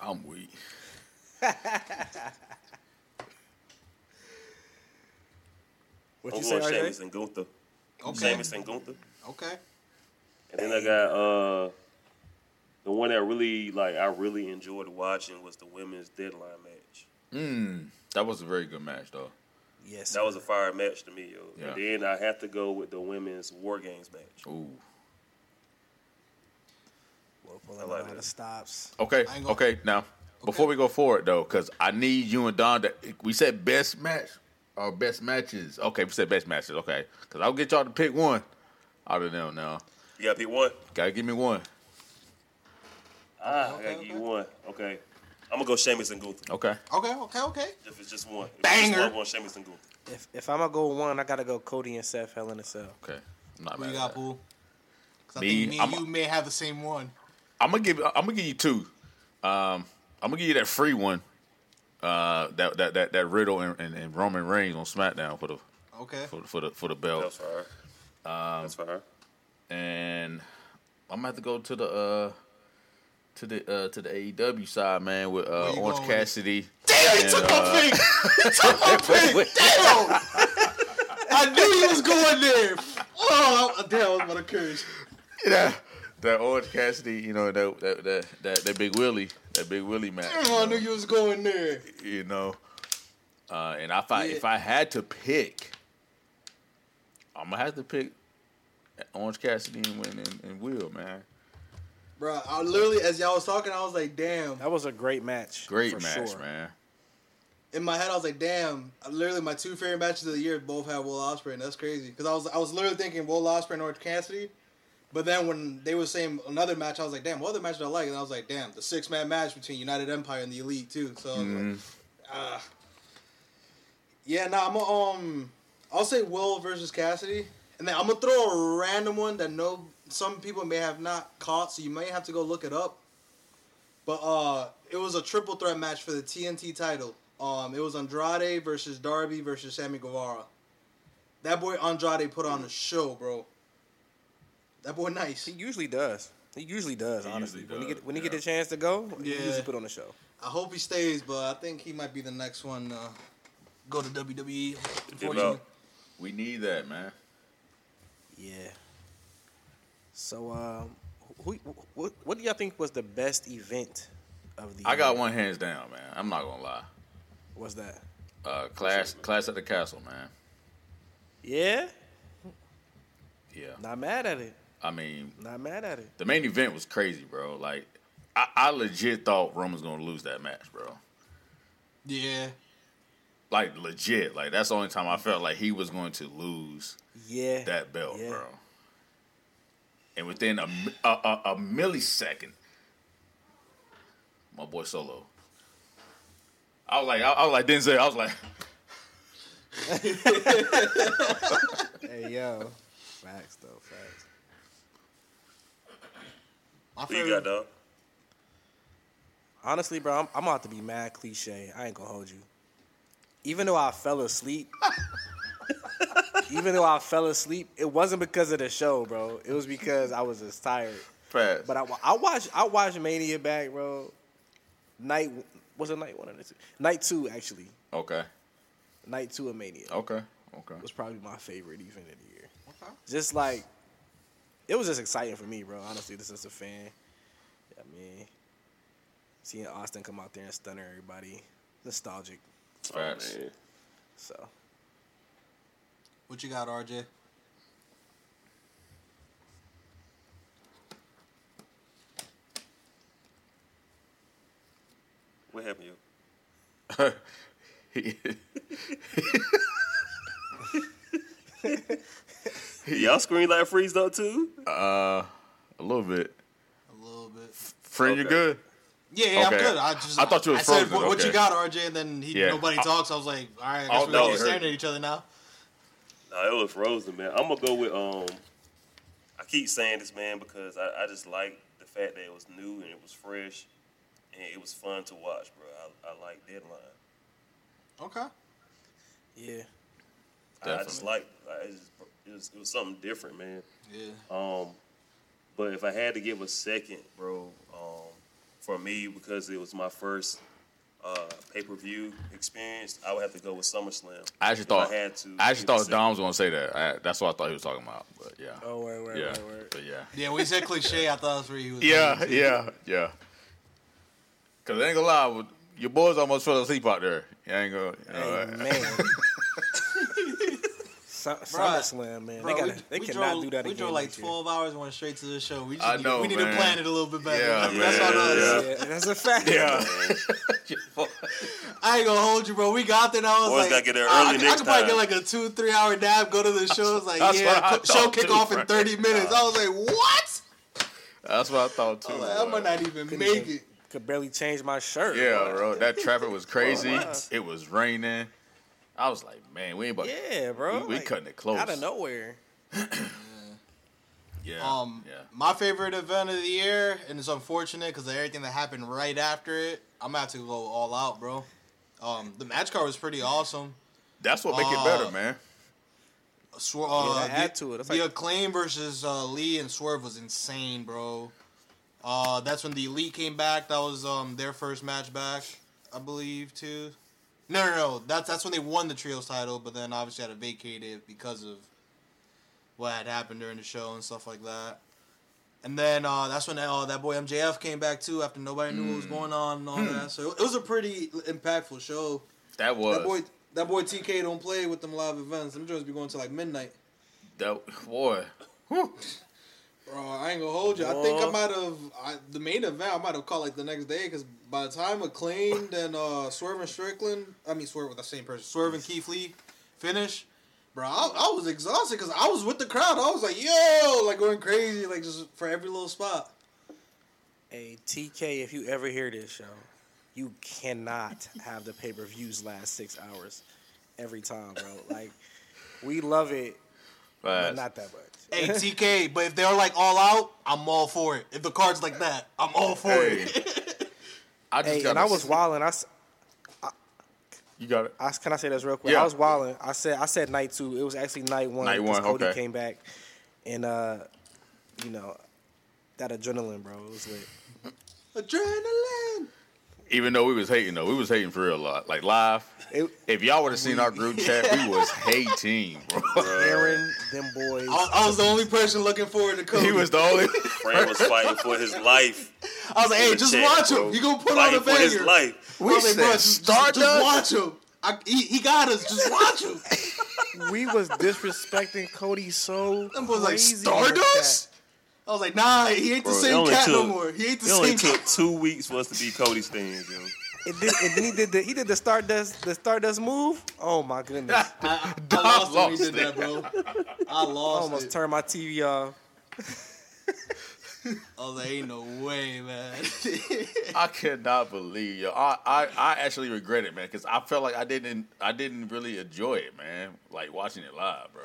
A: I'm weak.
D: What
B: I'm
D: you say,
B: going
D: RJ?
B: Sheamus and Gunther.
C: Okay.
B: Sheamus and Gunther.
C: Okay.
B: And then I got uh, the one that really like I really enjoyed watching was the women's deadline match.
A: Mm, that was a very good match, though.
D: Yes.
B: That was a fire match to me, yo.
A: Yeah.
B: And then I have to go with the women's war games match.
A: Ooh.
D: We're
B: I
D: pulling
B: like
D: a lot
B: that.
D: of stops.
A: Okay.
C: I ain't gonna-
A: Okay. Now, before we go forward though, because I need you and Don to. We said best match or best matches. Okay, we said best matches. Okay, because I'll get y'all to pick one out of them. Now,
B: You got to pick one.
A: gotta give me one.
B: Ah,
C: Okay,
B: I got
C: okay,
B: you one. Okay. I'm gonna go Sheamus and Gunther.
A: Okay.
C: Okay, okay, okay.
B: If it's just one, if it's
C: Banger.
B: Just one, one Sheamus and Gunther.
D: If if I'm gonna go one, I gotta go Cody and Seth Hell in a Cell.
A: Okay. I'm not
C: Who
A: mad.
C: you
A: at
C: got,
A: that.
C: Pool? 'Cause I
A: Me,
C: think me and
A: I'm-
C: you may have the same one.
A: I'm gonna give. I'm gonna give you two. Um, I'm gonna give you that free one. Uh, that that that, that Riddle and, and, and Roman Reigns on SmackDown for the
C: Okay.
A: for, for the for the
B: That's
A: belt,
B: fire. That's fire.
A: and I'm gonna have to go to the uh to the uh to the AEW side, man, with uh, Orange
C: you going with it?
A: Cassidy.
C: Damn, he
A: and,
C: took
A: uh,
C: my pick. He took my pick. Damn. I knew he was going there. Oh, I- damn, I was about to curse.
A: that, that Orange Cassidy, you know that that that that, that Big Willie, that Big Willie match.
C: Damn,
A: you
C: Oh, I
A: know?
C: knew you was going there.
A: you know. Uh, and if I
C: Yeah.
A: if I had to pick, I'm gonna have to pick Orange Cassidy and and, and, and Will, man.
C: Bro, I literally, as y'all was talking, I was like, damn.
D: That was a great match.
A: Great
D: for
A: match,
D: sure.
A: man.
C: In my head, I was like, damn. I Literally, my two favorite matches of the year both had Will Ospreay, and that's crazy. Because I was, I was literally thinking Will Ospreay and Orange Cassidy. But then when they were saying another match, I was like, damn, what other match did I like? And I was like, damn, the six man match between United Empire and the Elite, too. So I was like, ah. Yeah, nah, I'm gonna, um, I'll say Will versus Cassidy, and then I'm gonna throw a random one that no some people may have not caught, so you may have to go look it up. But uh, it was a triple threat match for the TNT title. Um, it was Andrade versus Darby versus Sammy Guevara. That boy Andrade put on a show, bro. That boy nice.
D: He usually does. He usually does. honestly,
A: usually
D: when he
A: does,
D: get when he get
A: yeah.
D: a chance to go,
C: Yeah.
D: he usually put on a show.
C: I hope he stays, but I think he might be the next one. Uh, go to E. WWE. Unfortunately,
B: Develop.
A: We need that, man.
D: Yeah. So, um, who, what what do y'all think was the best event of the?
A: I got
D: year?
A: one hands down, man. I'm not gonna lie.
D: What's that?
A: Uh, class, class at the castle, man.
D: Yeah,
A: Yeah,
D: not mad at it.
A: I mean,
D: Not mad at it.
A: the main event was crazy, bro. Like, I, I legit thought Roman's gonna lose that match, bro.
C: yeah.
A: Like, legit. Like, that's the only time I felt like he was going to lose
D: Yeah.
A: that belt,
D: Yeah.
A: bro. And within a, mi- a, a, a millisecond, my boy Solo. I was like, I, I was like Denzel. I was like,
D: Hey yo, facts though, facts.
C: My
B: Who you got, dog?
D: Honestly, bro, I'm, I'm about to be mad cliche. I ain't gonna hold you. Even though I fell asleep, even though I fell asleep, it wasn't because of the show, bro. It was because I was just tired.
A: fast.
D: But I, wa- I watched I watched Mania back, bro. Night was it night one or night two? Night two actually.
A: okay,
D: Night two of Mania
A: okay, okay.
D: was probably my favorite event of the year. Just like it was just exciting for me, bro. Honestly, this is a fan. I mean, seeing Austin come out there and stunner everybody, nostalgic.
A: Fast.
B: Oh, man.
D: So
C: What you got, RJ?
B: What happened, yo? Y'all screen like freeze though too.
A: uh, a little bit.
C: A little bit.
A: Friend, you
B: Okay.
A: good?
C: Yeah, yeah,
A: Okay.
C: I'm good. I just
A: I thought you was
C: I said,
A: frozen,
C: what, what
A: okay.
C: you got, RJ? And then he,
A: Yeah.
C: nobody
A: I-
C: talks. I was like, all right, I guess
A: Oh,
C: we're
A: no,
C: just
A: it
C: staring
A: hurt.
C: at each other now.
B: Nah, it was frozen, man. I'm gonna go with um. I keep saying this, man, because I, I just like the fact that it was new and it was fresh, and it was fun to watch, bro. I, I like Deadline.
C: Okay.
D: yeah,
B: I, I just
A: Definitely.
B: like like, it, just, it was it was something different, man.
C: Yeah.
B: Um, but if I had to give a second, bro, um, for me because it was my first uh, pay per view experience, I would have to go with SummerSlam.
A: I actually
B: If
A: thought
B: I had to.
A: I actually
B: give a
A: thought
B: second.
A: Dom was gonna say that. I, that's what I thought he was talking about. But yeah.
D: Oh, word, word,
A: yeah.
D: word, word.
A: But yeah.
C: Yeah, when you said cliche, I thought that's where you was.
A: Yeah,
C: going to.
A: yeah, yeah. Cause I ain't gonna lie, with- your boys almost fell asleep out there. You ain't gonna. You know,
D: hey, man. Su- SummerSlam, man.
C: Bro,
D: they
C: we-
D: gotta, they
C: we
D: cannot
C: drove-
D: do that
C: We
D: again.
C: drove like
D: next year.
C: 12 hours and went straight to the show. We just
A: I
C: need,
A: know,
C: we need
A: man.
C: to plan it a little bit better.
A: Yeah,
C: That's
A: man,
C: all I know.
A: yeah.
D: Yeah, that's a fact.
A: yeah.
C: I ain't gonna hold you, bro. We got there and I was
B: Boys
C: like,
B: gotta get there
C: I- I,
B: early
C: could- I,
B: next
C: could probably
B: time.
C: get like a two, three hour nap, go to the show. It's like,
A: That's what I
C: yeah, co- show
A: thought, too,
C: kick off in
A: bro.
C: 30 minutes. I was like, what?
A: That's what I thought too.
C: I was like, I might not even
D: Couldn't
C: make
D: even-
C: it.
D: could barely change my shirt.
A: Yeah, bro. That traffic was crazy.
D: What?
A: it was raining. I was like, man, we ain't about
D: Yeah, bro.
A: We- we
D: like,
A: cutting it close.
D: Out of nowhere.
A: Yeah.
C: Um,
A: yeah.
C: my favorite event of the year, and it's unfortunate because of everything that happened right after it. I'm gonna have to go all out, bro. Um, the match card was pretty awesome.
A: That's what make it
C: uh,
A: better, man.
C: Swer- uh,
D: that had
C: the,
D: to. That's
C: the
D: like-
C: acclaim versus uh, Lee and Swerve was insane, bro. Uh, that's when the Elite came back. That was um their first match back, I believe, too. No, no, no. That's that's when they won the trios title, but then obviously had to vacate it because of what had happened during the show and stuff like that. And then uh, that's when uh, that boy MJF came back too after nobody knew what was going on and all that. So it was a pretty impactful show.
A: That was
C: That
A: that,
C: boy, that boy TK don't play with them live events. Them joints be going to like midnight.
A: boy. Whew.
C: Bro, I ain't gonna hold you. I think I
D: Whoa.
C: might have I, the main event. I might have called like the next day because by the time acclaimed and uh, Swerve and Strickland, I mean Swerve with the same person, Swerve and Keith Lee, finish. Bro, I, I was exhausted because I was with the crowd. I was like, yo, like going crazy, like just for every little spot.
D: Hey, TK, if you ever hear this show, you cannot have the pay per views last six hours every time, bro. Like, we love it, but
A: But
D: not that much.
C: Hey TK, but if they're like all out, I'm all for it. If the card's like that, I'm all for
A: hey,
C: it.
A: I just
D: Hey,
A: got
D: and I was wilding. I, s-
A: You got it.
D: I s- can I say this real quick?
A: Yeah.
D: I was wilding. I said I said night two. It was actually night one.
A: Night
D: 'cause
A: one,
D: Cody
A: okay.
D: came back, and uh, you know, that adrenaline, bro. It was lit.
C: Adrenaline.
A: Even though we was hating though, we was hating for real a lot. Like live.
D: It,
A: If y'all would have seen our group chat, we was hating, bro.
D: Aaron, them boys.
C: I, I was the only person looking forward to Cody.
A: he was the only.
B: Fran was fighting for his life.
C: I was like, hey,
B: in the
C: just
B: chat,
C: watch
B: bro.
C: him. You gonna put on
B: fighting
C: a
B: for his
C: banger.
B: life.
A: We
C: Probably,
A: said
C: bro, just, just, just
A: Stardust.
C: watch him. I, he, he got us. Just watch him.
D: we was disrespecting Cody so
C: Them boys like
D: crazy with that.
C: Stardust. I was like, nah, he ain't the
B: Bro, it
C: same
B: only
C: cat no
B: took-
C: more. He ain't the
B: It only
C: same
B: took
C: cat.
B: two weeks for us to be Cody's stand, yo.
D: And then, and then he did the he did the Stardust the Stardust move. Oh my goodness!
C: I, I, I lost,
A: Dog
C: it when he did that,
A: lost
C: bro. I
D: I
C: lost
D: almost
C: it.
D: turned my TV off.
C: I was like, ain't no way, man.
A: I cannot believe you. I, I, I actually regret it, man, because I felt like I didn't I didn't really enjoy it, man. Like watching it live, bro.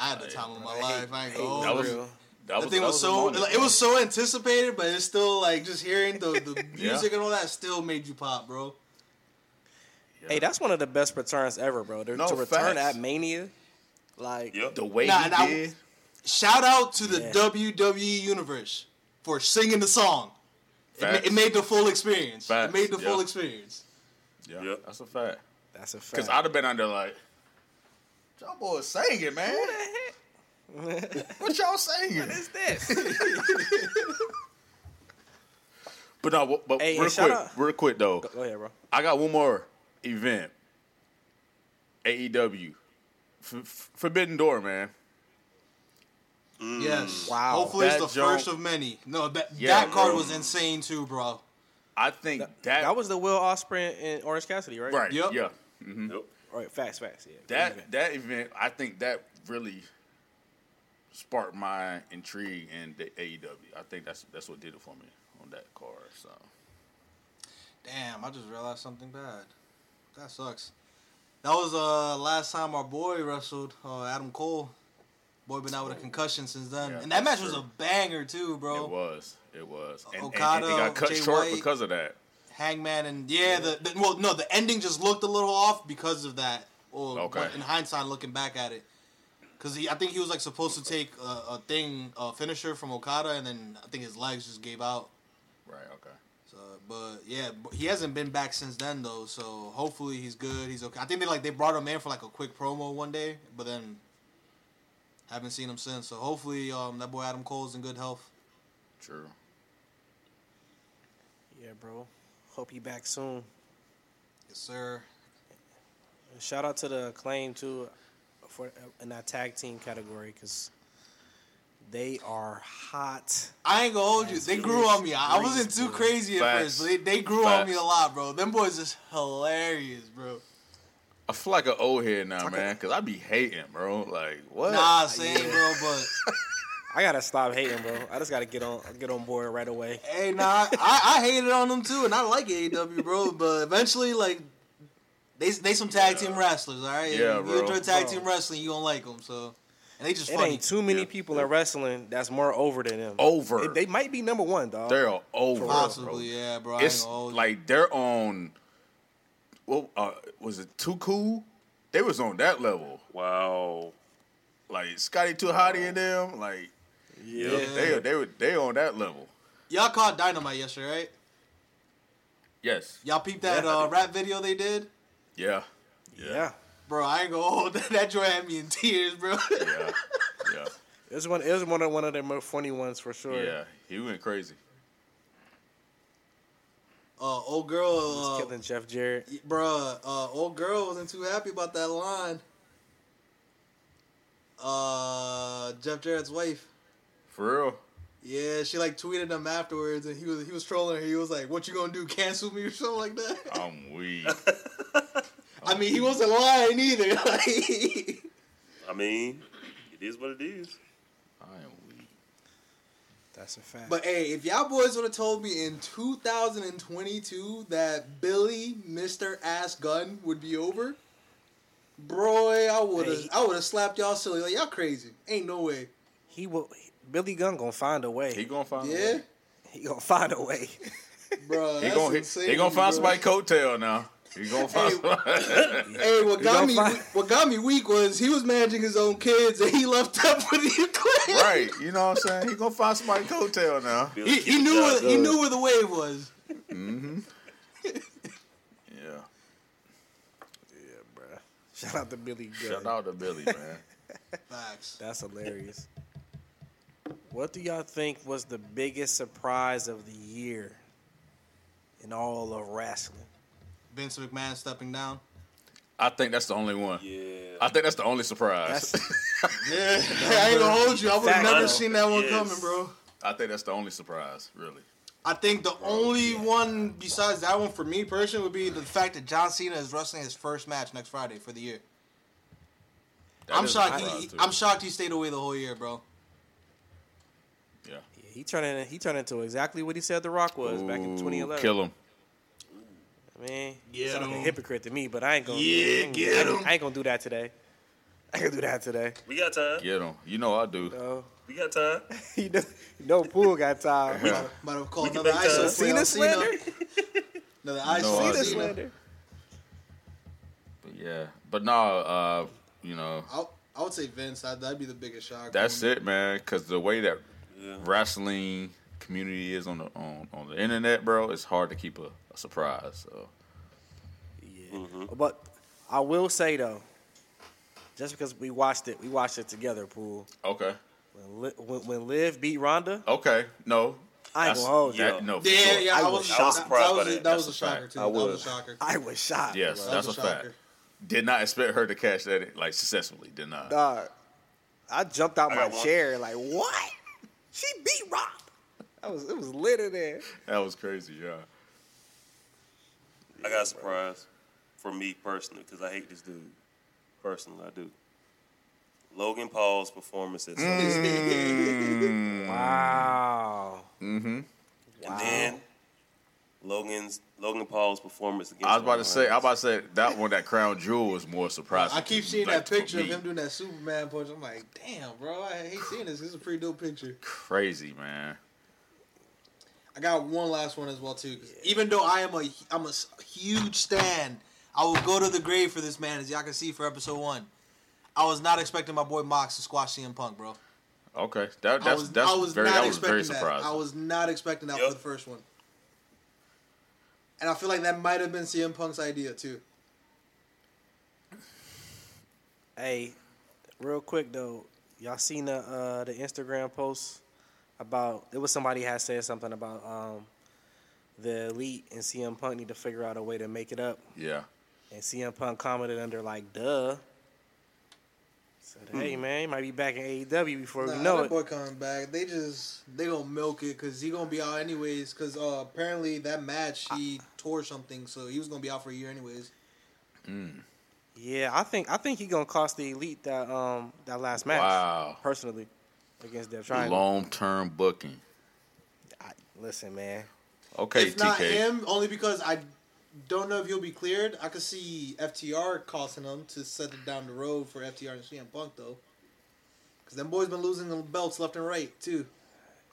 C: I had the time of my
D: Hey,
C: life. I ain't
D: hey,
C: gonna
A: That
C: hold
A: was
C: you.
A: that
C: That
A: was
C: thing
A: that
C: was,
A: was a
C: so
A: moment,
C: like, it
A: bro.
C: was so anticipated, but it's still like just hearing the, the
A: Yeah.
C: music and all that still made you pop, bro.
D: Hey, that's one of the best returns ever, bro. To,
A: No,
D: to return
A: facts.
D: at Mania, like
B: Yep.
A: the way
C: Nah,
A: he
C: nah,
A: did.
C: Shout out to the
D: Yeah.
C: WWE Universe for singing the song. It, ma-
A: Facts.
C: it made the full experience.
A: Facts,
C: It made the
A: yeah.
C: full experience.
A: Yeah,
B: Yeah.
A: that's a fact.
D: that's a fact.
A: Because I'd have been under like, y'all boys singing, man. What y'all singing?
D: What is this?
A: But no, w- but
D: Hey, and
A: real
D: shout
A: quick,
D: out-
A: real quick though,
D: Go ahead, bro.
A: I got one more event. AEW, F- F- Forbidden Door, man.
C: Yes.
D: Wow.
C: Hopefully it's
A: That
C: the
A: jump-
C: first of many. No, that
A: Yeah,
C: that card
A: bro.
C: was insane too, bro.
A: I think that
D: That, was the Will Osprey and Orange Cassidy, right?
A: right.
C: Yep.
A: Yeah,
B: Yep.
D: All right. Facts. Facts. Yeah.
A: that
D: Good event.
A: that event, I think that really sparked my intrigue in the AEW. I think that's that's what did it for me on that card. So
C: Damn, I just realized something bad. That sucks. That was uh last time our boy wrestled, uh, Adam Cole. Boy been out with a concussion since then.
A: Oh. Yeah,
C: and that match
A: that's
C: was
A: true.
C: a banger too, bro.
A: it was, it was, and, and- and
C: Oh. Okada,
A: it got cut
C: Jay
A: short
C: White.
A: because of that.
C: Hangman and yeah, the, the well, no, the ending just looked a little off because of that. Well,
A: Okay.
C: in hindsight, looking back at it, because he, I think he was like supposed to take a, a thing, a finisher from Okada, and then I think his legs just gave out.
A: Right. Okay.
C: So, but yeah, but he hasn't been back since then though. So hopefully he's good. He's okay. I think they like they brought him in for like a quick promo one day, but then haven't seen him since. So hopefully, um, that boy Adam Cole's in good health.
A: True.
D: yeah, bro. Hope you back soon.
C: Yes, sir.
D: And Shout out to the claim too, for in that tag team category because they are hot.
C: I ain't gonna hold you. They grew on me. I I wasn't too crazy at
A: Facts.
C: first, but they, they grew on me
A: Facts.
C: a lot, bro. Them boys is hilarious, bro.
A: I feel like an old head now, man, because I be hating, bro. Like, what?
C: Nah, same,
D: uh, yeah.
C: bro, but
D: I gotta stop hating, bro. I just gotta get on get on board right away.
C: Hey, nah, I, I hated on them too, and I like AEW, bro. But eventually, like, they they some tag team wrestlers, all right.
A: Yeah,
C: you
A: bro.
C: enjoy tag
D: Bro.
C: team wrestling, you gonna like them. So, and they just
D: It
C: funny.
D: ain't too many
A: Yeah.
D: people in wrestling that's more over than them.
A: Over.
D: They, they might be number one, dog.
A: They're over. bro.
C: Possibly, yeah, bro. I ain't
A: It's
C: gonna hold you.
A: like they're on. Well, uh, was it too cool? They was on that level.
B: Wow.
A: Like Scotty too hotty and them. Like
D: yeah.
A: they they were they on that level.
C: y'all caught Dynamite yesterday, right?
A: Yes.
C: Y'all peeped that
D: Yeah.
C: uh, rap video they did,
A: Yeah.
D: yeah.
C: bro. I ain't gonna hold that. That joint had me in tears, bro.
A: Yeah. yeah.
D: It was one. It was one of one of the more funny ones for sure.
A: Yeah. He went crazy.
C: Uh, old girl,
D: Just
C: uh,
D: killing Jeff Jarrett.
C: Bruh, uh, old girl wasn't too happy about that line. Uh, Jeff Jarrett's wife.
A: For real.
C: Yeah, she like tweeted him afterwards, and he was he was trolling her. He was like, "What you gonna do? Cancel me or something like that?"
A: I'm weak.
C: I mean, he wasn't lying either. Like,
B: I mean, it is what it is.
A: I am weak.
D: That's a fact.
C: but hey, if y'all boys would have told me in 2022 that Billy Mister Ass Gun would be over, bro, I would have
D: Hey.
C: I would have slapped y'all silly. Like y'all crazy. Ain't no way.
D: he will. Billy Gunn gonna find a way.
A: He
D: He,
A: gonna find. a way.
C: Yeah.
D: gonna find a way.
C: Bro,
A: He gonna he, he gonna find somebody coattail now. He gonna find
C: Hey.
A: somebody.
C: Hey, what got
D: You gonna
C: me?
D: find-
C: What got me weak was he was managing his own kids and he left up with the clan.
A: right. You know what I'm saying? He gonna find somebody coattail now.
B: Billy
C: He, he
B: Kid's
C: knew
B: job
C: where he
B: done.
C: knew where the wave was.
A: Yeah.
D: yeah, bro. Shout out to Billy Gunn.
A: Shout out to Billy, man.
C: Facts.
D: That's hilarious. what do y'all think was the biggest surprise of the year in all of wrestling?
C: Vince McMahon stepping down.
A: I think that's the only one.
B: Yeah.
A: I think that's the only surprise.
D: That's
C: Yeah, I ain't gonna hold you. I would have
D: Facts.
C: never seen that one
B: Yes.
C: coming, bro.
A: I think that's the only surprise, really.
C: I think the only one besides that one for me personally would be the fact that John Cena is wrestling his first match next Friday for the year.
A: That
C: I'm
A: is a
C: shocked.
A: surprise,
C: He,
A: too.
C: I'm shocked he stayed away the whole year, bro.
A: Yeah.
D: he turned in, he turned into exactly what he said The Rock was back in
A: Ooh,
D: 2011.
A: Kill him.
D: I mean,
C: Get
D: you sound like a
C: him.
D: hypocrite to me, but I ain't gonna.
C: Yeah,
D: I ain't,
C: get
D: I ain't-
C: him.
D: I ain't gonna do that today. I can do that today.
B: We got time.
A: Get him. You know I do.
D: No,
B: We got time.
D: you know, no pool got time. bro.
C: About to call
B: can
C: another
B: make that
C: ISO play on
D: Cena slander.
C: Cena. Another ISO
A: No,
C: on
A: I
D: Cena
A: see.
C: Cena.
D: slander.
A: But yeah. But no, uh, you know,
C: I, I would say Vince. That, that'd be the biggest shock.
A: that's
C: Um,
A: it, man. Because the way that
B: Yeah.
A: wrestling community is on the on, on the internet, bro, it's hard to keep a, a surprise. So
D: Yeah. But I will say though, just because we watched it, we watched it together, pool.
A: okay,
D: When Liv, when, when Liv beat Ronda,
A: okay, no,
D: I ain't
A: That's-
D: gonna hold you.
A: that- no, for
C: Yeah,
A: sure.
C: yeah, I,
D: I
C: was
D: was
C: shocked.
B: shocked.
C: That
B: by
C: was, a-
B: that.
C: that
A: That's
C: was a
A: a fact.
C: shocker too.
A: I
C: That was a
A: was.
C: shocker.
D: I was shocked.
A: Yes,
D: bro.
A: that's a
C: was a
A: fact.
C: shocker.
A: Did not expect her to cash that in, like successfully. Did not.
D: Dog, I jumped out
B: I
D: my
B: got one.
D: chair like what? She beat Ronda. I was it was lit in there.
A: That was crazy. Yeah.
B: I got surprised for me personally because I hate this dude. Personally, I do. Logan Paul's performance at
C: Mm.
B: SummerSlam. Mm.
D: Wow.
B: and then Logan's Logan Paul's performance against.
A: I was about
B: Roman
A: to say. I was
B: Reigns.
A: about to say that one. That crown jewel was more surprising.
C: I keep
A: to-
C: seeing
A: like,
C: that picture
A: for
C: of
A: me.
C: him doing that Superman punch. I'm like, damn, bro, I hate seeing this. This is a pretty dope picture.
A: Crazy man.
C: I got one last one as well too. 'cause Even though I am a I'm a s- huge stan, I will go to the grave for this man. As y'all can see for episode one, I was not expecting my boy Mox to squash CM Punk, bro.
A: Okay, that
C: I
A: that's
C: was
A: that's
C: I was
A: very
C: not
A: that was
C: expecting
A: very
C: that.
A: surprising.
C: I was not expecting that
B: Yep.
C: for the first one. And I feel like that might have been CM Punk's idea too.
D: Hey, real quick though, y'all seen the uh, the Instagram post about it was somebody had said something about um, the elite and CM Punk need to figure out a way to make it up,
A: yeah,
D: and CM Punk commented under like, "Duh." Said, "Hey man, he might be back in AEW before
C: Nah,
D: we know
C: that
D: it."
C: boy coming back. They just they gonna milk it because he gonna be out anyways. Because uh, apparently that match he tore something, so he was gonna be out for a year anyways.
D: Yeah, I think I think he gonna cost the elite that um that last match.
A: Wow.
D: Personally, against Death Triangle.
A: Long term booking.
D: I, listen, man.
A: Okay,
C: if not
A: TK.
C: him, only because I don't know if he'll be cleared. I could see FTR costing him to set it down the road for FTR and CM Punk though, because them boys been losing the belts left and right too.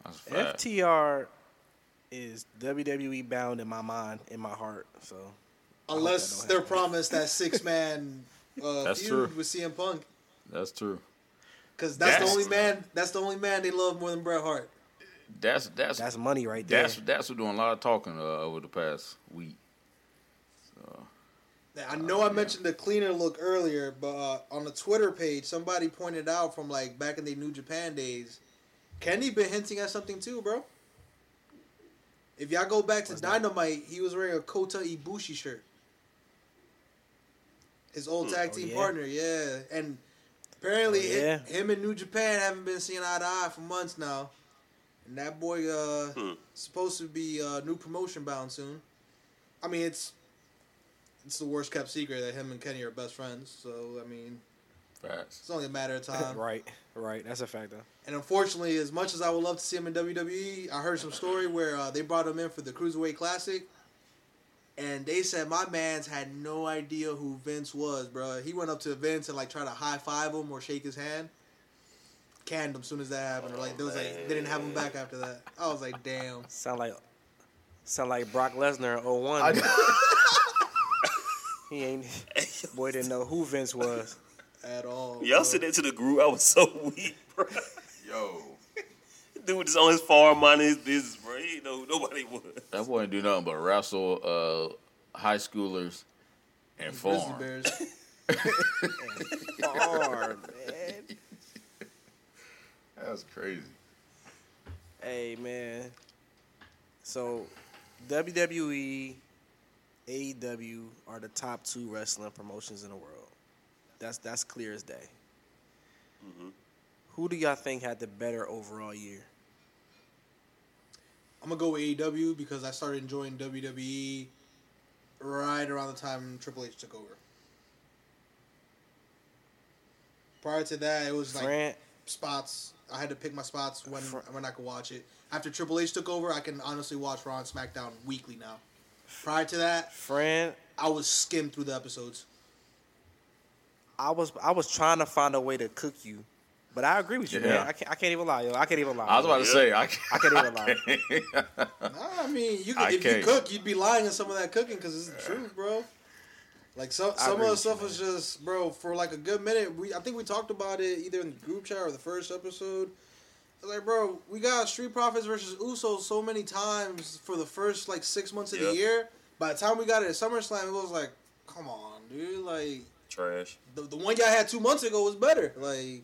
A: That's a fact.
D: FTR is WWE bound in my mind, in my heart. So
C: Unless
D: that don't
C: they're
D: happen.
C: promised that six man uh,
A: That's
C: feud
A: true.
C: with CM Punk,
A: That's true.
C: because that's,
A: That's-
C: the only man. That's the only man they love more than Bret Hart.
A: That's that's
D: that's
A: that's
D: money right there.
A: that's, what doing a lot of talking uh, over the past week.
C: Now, I
D: Oh,
C: know I mentioned the cleaner look earlier, but uh, on the Twitter page, somebody pointed out from like back in the New Japan days, Kenny been hinting at something too, bro. If y'all go back to Dynamite, he was wearing a Kota Ibushi shirt. His old
A: Hmm.
C: tag
D: Oh,
C: team
D: yeah.
C: partner, yeah, and apparently
D: Oh, yeah.
C: hi- him and New Japan haven't been seeing eye to eye for months now, and that boy uh,
B: Hmm.
C: supposed to be uh, new promotion bound soon. I mean, it's it's the worst kept secret that him and Kenny are best friends. So I mean,
A: Facts.
C: it's only a matter of time.
D: right, right. That's a fact though.
C: And unfortunately, as much as I would love to see him in WWE, I heard some story where uh, they brought him in for the Cruiserweight Classic, and they said my man's had no idea who Vince was, bro. He went up to Vince and like tried to high five him or shake his hand. Canned him soon as that happened. Like they was like they didn't have him back after that. I was like, damn.
D: Sound like sound like Brock Lesnar in 01. he ain't boy didn't know who Vince was.
C: At all.
B: Y'all
C: bro.
B: sent that to the group. I was so weak, bro.
A: Yo,
B: Dude was just on his farm minding his business, bro. He didn't know who nobody was.
A: that boy didn't do nothing but wrestle uh, high schoolers and
C: Grizzly
A: farm.
C: Bears.
D: Far, man.
A: That's crazy.
D: Hey man. So E, WWE, AEW E are the top two wrestling promotions in the world. That's that's clear as day. Who do y'all think had the better overall year?
C: I'm gonna go with AEW because I started enjoying WWE right around the time Triple H took over. Prior to that, it was like
D: Fran-
C: spots. I had to pick my spots when
D: Fran-
C: when I could watch it. After Triple H took over, I can honestly watch Raw and SmackDown weekly now. Prior to that,
D: Fran,
C: I was skimmed through the episodes.
D: I was I was trying to find a way to cook you, but I agree with you,
A: Yeah.
D: man. I can't, I can't even lie, yo. I can't even lie.
A: I was about to say I
D: I
A: can't.
D: can't even lie.
C: Nah, I mean, you
A: I
C: could, if
A: can't.
C: you cook, you'd be lying in some of that cooking because it's the truth, bro. Like some some
D: agree
C: of the
D: with
C: stuff
D: you,
C: was just, bro, for like a good minute. We I think we talked about it either in the group chat or the first episode. I was like, bro, we got Street Profits versus Usos so many times for the first like six months of
B: Yeah.
C: the year. By the time we got it at SummerSlam, it was like, come on, dude, like
B: Trash.
C: the, the one y'all had two months ago was better. Like,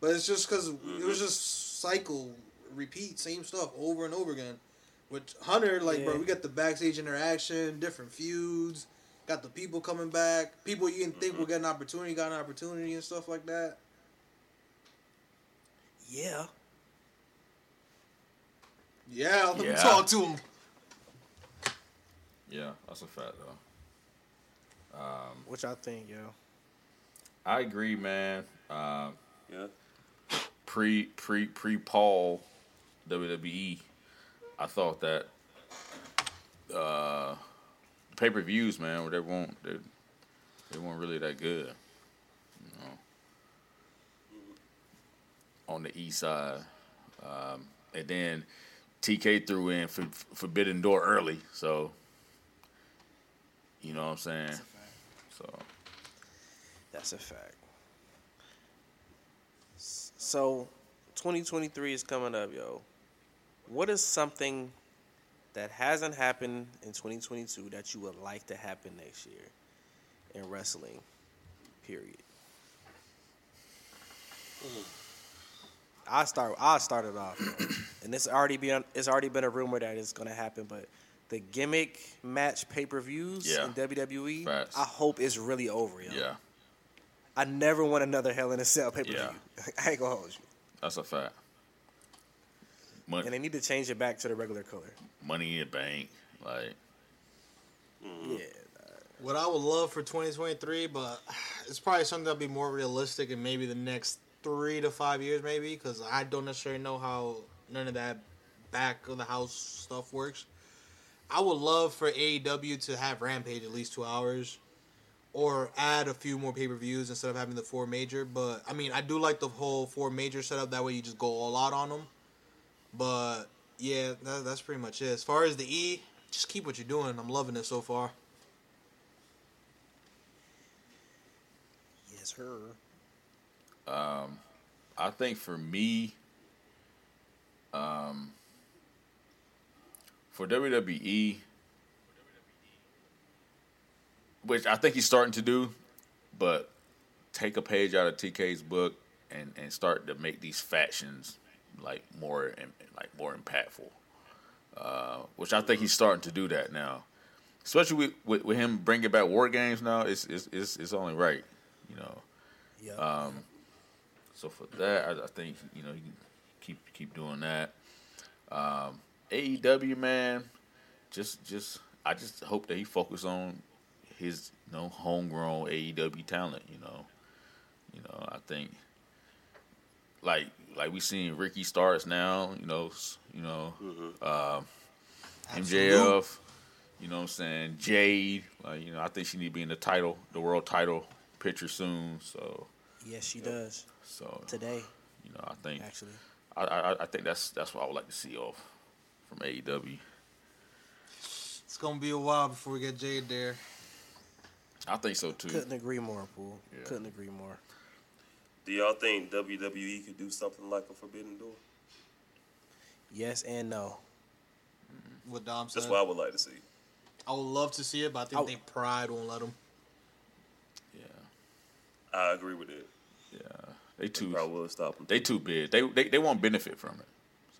C: but it's just because it was just cycle, repeat, same stuff over and over again. With Hunter, like, bro,
D: Yeah.
C: we got the backstage interaction, different feuds, got the people coming back, people you didn't think would get an opportunity got an opportunity and stuff like that.
D: Yeah.
C: Yeah, let me
A: Yeah.
C: talk to him.
A: yeah, that's a fact though.
D: What y'all think, yo?
A: I agree, man. Um,
B: Yeah.
A: pre pre pre Paul WWE, E, I thought that uh pay per views, man, they weren't they, they weren't really that good. You know. On the east side. Um and then TK threw in for, Forbidden Door early, so you know what I'm saying? So
D: That's a fact. S- So, 2023 is coming up, yo. What is something that hasn't happened in 2022 that you would like to happen next year in wrestling? Period. I start. I started off, yo. and it's already been. It's already been a rumor that it's going to happen, but the gimmick match pay per views
A: Yeah.
D: in WWE.
A: Facts.
D: I hope it's really over, yo.
A: yeah,
D: I never want another Hell in a Cell pay per view.
A: Yeah.
D: I ain't gonna hold you.
A: that's a fact.
D: And
A: Money,
D: they need to change it back to the regular color.
A: money in the bank, like
C: Mm.
D: Yeah.
C: What I would love for 2023, but it's probably something that'll be more realistic in maybe the next three to five years, maybe, because I don't necessarily know how none of that back of the house stuff works. I would love for AEW to have Rampage at least two hours, or add a few more pay per views instead of having the four major. But I mean, I do like the whole four major setup. That way, you just go all out on them. But yeah, that, that's pretty much it. As far as the E, just keep what you're doing. I'm loving it so far.
D: Yes, her.
A: I think for me, um, for E, WWE, which I think he's starting to do, but take a page out of TK's book and, and start to make these factions like more im- like more impactful. Uh, which I think he's starting to do that now, especially with, with, with him bringing back war games now. It's it's it's, it's only right, you know.
D: Yeah.
A: So for that, I, I think you know you can keep keep doing that. Um, AEW man, just just I just hope that he focus on his you know homegrown AEW talent. You know, you know I think like like we seen Ricky Stars now. You know s- you know um, MJF. You know what I'm saying? Jade, like you know, I think she need to be in the title, the world title picture soon. So,
D: yes, she does.
A: so
D: Today,
A: you know, I think
D: actually.
A: I, I I think that's that's what I would like to see off from E AEW.
C: It's gonna be a while before we get Jade there.
A: I think so too.
D: Couldn't agree more, Pool.
A: Yeah.
D: Couldn't agree more.
B: Do y'all think WWE could do something like a Forbidden Door?
D: Yes and no.
C: What Dom said.
B: That's what I would like to see.
C: I would love to see it, but I think
D: I-
C: they pride won't let them.
A: Yeah,
B: I agree with it.
A: yeah. They
B: They
A: too
B: probably will stop them.
A: they too big. They they they won't benefit from it.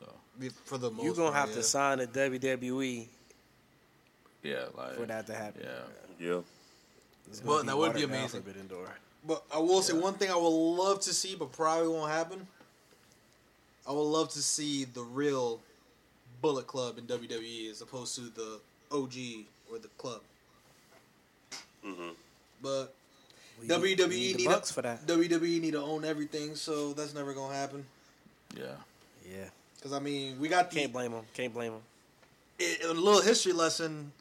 A: So
C: For the most,
D: You're going to
C: part,
D: have
C: yeah.
D: to sign a WWE
A: yeah, like
D: E for that to happen.
A: yeah.
B: Yeah.
D: It's
C: Well,
D: gonna
C: that would
D: watered
C: be
D: down
C: amazing.
D: Forbidden Door.
C: But I will say one thing I would love to see, but probably won't happen. I would love to see the real Bullet Club in WWE as opposed to the OG or the club.
B: Mhm.
C: But
D: We
C: WWE
D: we
C: E need,
D: the bucks for that.
C: WWE E need to own everything, so that's never gonna happen.
A: yeah.
C: E
D: Yeah.
C: Because I mean, we got the
D: Can't blame them. Can't blame them.
C: it, a little history lesson.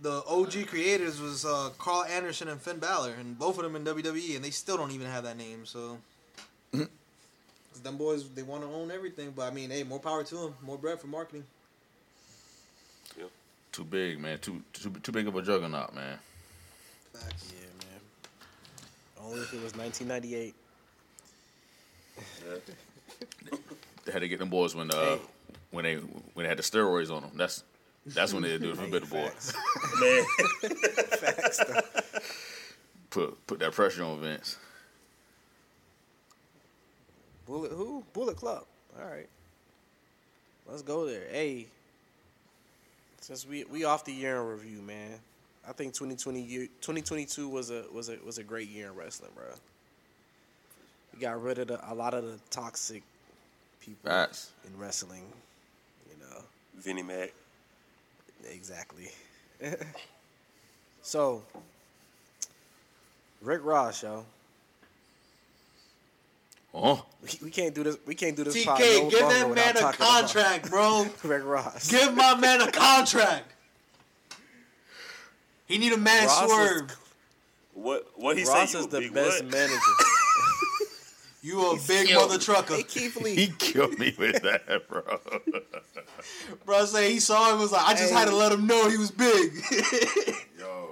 C: The OG creators was uh, Carl Anderson and Finn Balor, and both of them in WWE, and they still don't even have that name. So, 'Cause them boys they want to own everything. But I mean, hey, more power to them, more bread for marketing.
A: Too big, man. Too too too big of a juggernaut, man.
C: Facts.
D: Yeah, man. Only if it was 1998.
B: Yeah.
A: They had to get them boys when uh
D: Hey.
A: when they when they had the steroids on them. That's that's when they do it for
D: Hey,
A: bit boy.
D: facts.
B: Man,
D: Facts, though.
A: Put put that pressure on Vince.
D: Bullet who? Bullet Club. All right. Let's go there. Hey, since we we off the year in review, man. I think 2020 year, 2022 was a was a was a great year in wrestling, bro. We got rid of the, a lot of the toxic people
A: Facts.
D: in wrestling. You know.
B: Vinnie Mac.
D: Exactly. so, Rick Ross, yo,
A: Oh,
D: we, we can't do this. We can't do this. pod
C: TK,
D: no
C: give
D: longer
C: that
D: without
C: man a
D: talking about
C: contract, bro.
D: Rick Ross.
C: give my man a contract. He need a man
D: Ross is
C: swerve.
B: What what he
D: Ross
B: say?
D: is
B: You a
D: the
B: big
D: best
B: what?
D: manager.
C: You a big mother trucker,
D: Hey, Keith
A: he
D: Lee.
A: killed me with that, bro.
C: bro. Say he saw him was like, I just had to
D: Hey.
C: let him know he was big.
A: Yo,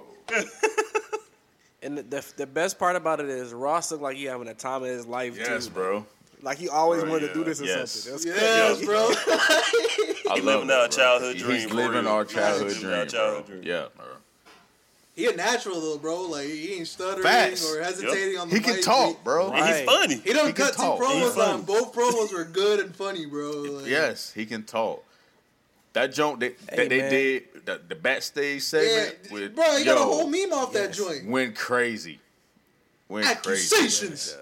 D: And the, the, the best part about it is Ross looked like he having a time of his life
A: yes,
D: too.
A: bro.
D: Like he always
A: Bro,
D: wanted
A: yeah.
D: to do this or
A: Yes.
D: something. That's
C: yes, bro.
A: I
B: He
A: love
B: living
A: bro.
B: our childhood
A: He's
B: dream, for
A: living
B: real.
A: our
B: He's
A: childhood
B: living
A: dream.
B: our childhood
A: bro.
B: dream.
A: Yeah, bro.
C: He a natural though, bro. Like he ain't stuttering
A: Facts.
C: or hesitating on the
A: He can
C: mic.
A: talk, bro.
B: And he's
D: Right.
B: funny.
C: He, he done
A: He can
C: cut two
A: talk.
B: He's
C: promos
B: funny.
C: on. Both promos were good and funny, bro. Like,
A: Yes, he can talk. That joke that,
D: Hey,
A: that they
D: man.
A: did, the, the backstage
C: yeah,
A: segment with
C: bro. He
A: yo,
C: got a whole meme off that
D: Yes.
C: joint.
A: went crazy. Went crazy.
C: Accusations.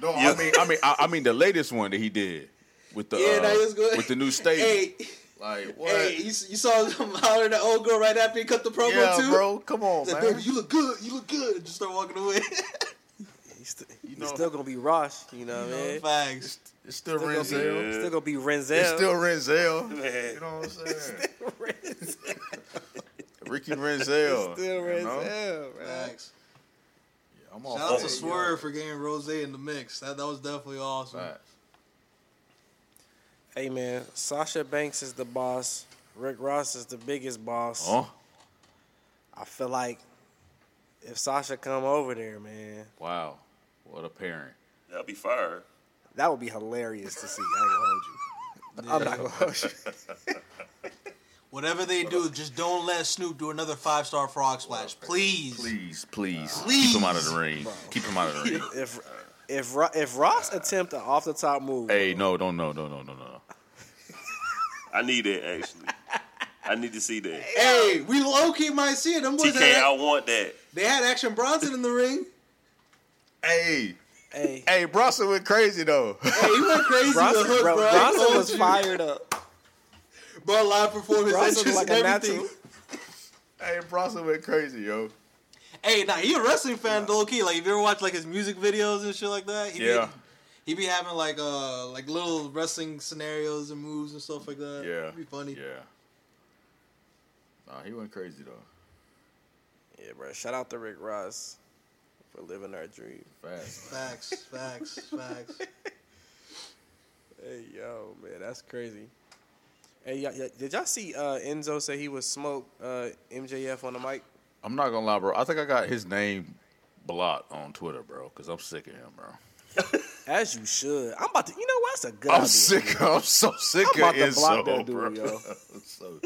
A: No,
B: Yeah.
A: I mean, I mean, I, I mean the latest one that he did with the
C: Yeah,
A: uh,
C: that is good.
A: with the new stadium.
C: Hey,
A: like what?
C: hey, you, you saw him holler at that old girl right after he cut the promo
A: yeah,
C: too.
A: bro. Come on,
C: He's like,
A: man.
C: baby, you look good. You look good. And just start walking away.
D: He's, st-
A: You
D: he's
A: know-
D: still gonna be Ross, you know
C: You
D: what
C: know,
D: I mean?
C: facts.
A: It's still
D: Still gonna,
A: Renzel.
D: be, still gonna be Renzel.
A: It's still Renzel.
B: Man.
A: You know what I'm saying?
D: Renzel.
A: Ricky Renzel.
D: still
A: you know?
D: Renzel, right?
C: Facts.
A: Yeah, I'm all
C: Shout out
A: for
C: to
A: it,
C: Swerve for getting Rose in the mix. That that was definitely
A: yo.
C: awesome.
A: All right.
D: Hey man, Sasha Banks is the boss. Rick Ross is the biggest boss.
A: Huh?
D: I feel like if Sasha come over there, man,
A: Wow. What a parent.
B: That'll be fire.
D: that would be hilarious to see. I ain't gonna hold you. I'm not gonna hold you.
C: Whatever they do, just don't let Snoop do another five star frog splash, please.
A: Please, please,
C: Please.
A: keep him out of the ring. Keep him out of the ring.
D: If if Ro- if Ross attempt an off the top move,
A: hey, no, don't, no, no, no, no, no.
B: I need that actually. I need to see that.
C: Hey, we low key might see it. Them boys
B: TK, I
C: had,
B: want that.
C: they had Action Bronson in the ring.
A: Hey,
D: hey,
A: hey, Bronson went crazy though.
C: Hey, he went crazy
D: Bronson,
C: with Hook,
D: bro,
C: bro. I
D: Bronson
C: told
D: was
C: you.
D: fired up.
C: Bro, live performance,
D: Bronson was
C: entrance,
D: like
C: and
D: a
C: everything.
D: natural.
A: hey, Bronson went crazy, yo.
C: Hey, nah, he a wrestling fan, low key. Like, if you ever watch like his music videos and shit like that, he
A: Yeah.
C: Be, he be having like uh like little wrestling scenarios and moves and stuff like that.
A: Yeah,
C: It'd be funny.
A: Yeah. Nah, he went crazy though.
D: Yeah, bro. Shout out to Rick Ross for living our dream.
A: Fast.
C: Facts, facts, facts.
D: Hey, yo, man, that's crazy. Hey, y'all, y'all- did y'all see uh, Enzo say he would smoke uh, MJF on the mic?
A: I'm not gonna lie, bro. I think I got his name blocked on Twitter, bro, because I'm sick of him, bro.
D: As you should. I'm about to. You know what? That's a good.
A: I'm
D: idea.
A: sick. I'm so sick
D: I'm about
A: of
D: to
A: Enzo,
D: block that dude,
A: bro.
D: yo.
A: I'm so,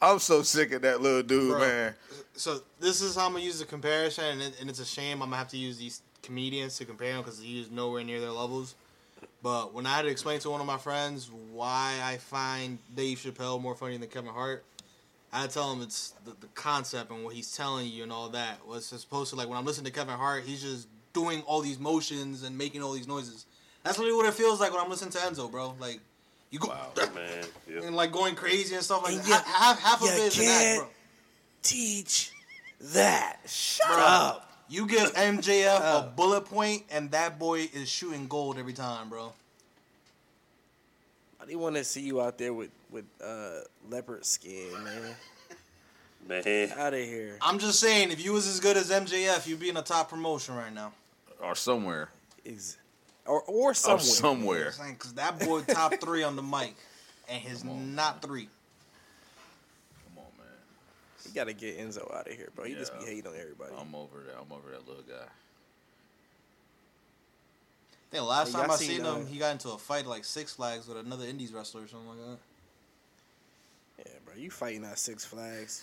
A: I'm so sick of that little dude,
C: Bro.
A: man.
C: So this is how I'm gonna use the comparison, and, it, and it's a shame I'm gonna have to use these comedians to compare them because he's nowhere near their levels. But when I had to explain to one of my friends why I find Dave Chappelle more funny than Kevin Hart, I had to tell him it's the, the concept and what he's telling you and all that. Was supposed to like when I'm listening to Kevin Hart, he's just doing all these motions and making all these noises. That's really what it feels like when I'm listening to Enzo, bro. Like you go
B: Man, yeah.
C: and like going crazy and stuff like
D: And
C: that.
D: you-
C: half, half of
D: you
C: it is an act,
D: can't
C: bro.
D: Teach that. Shut
C: Bruh,
D: up.
C: You give MJF
A: Uh.
C: a bullet point, and that boy is shooting gold every time, bro.
D: I didn't want to see you out there with with uh, leopard skin, man.
B: Man,
D: Out of here.
C: I'm just saying, if you was as good as MJF, you'd be in a top promotion right now.
A: Or somewhere.
D: Ex- or or
A: Or
D: somewhere.
A: somewhere.
C: Because that boy top three on the mic, and his not three.
A: Come on, man.
D: You gotta get Enzo out of here, bro. He just be
A: Yeah. Um,
D: hating on everybody.
A: I'm over that. I'm over that little guy.
C: I think the last
D: Hey,
C: time
D: y'all
C: I
D: seen,
C: seen
D: uh,
C: him, he got into a fight at, like Six Flags with another Indies wrestler or something like that.
D: yeah, bro. You fighting at Six Flags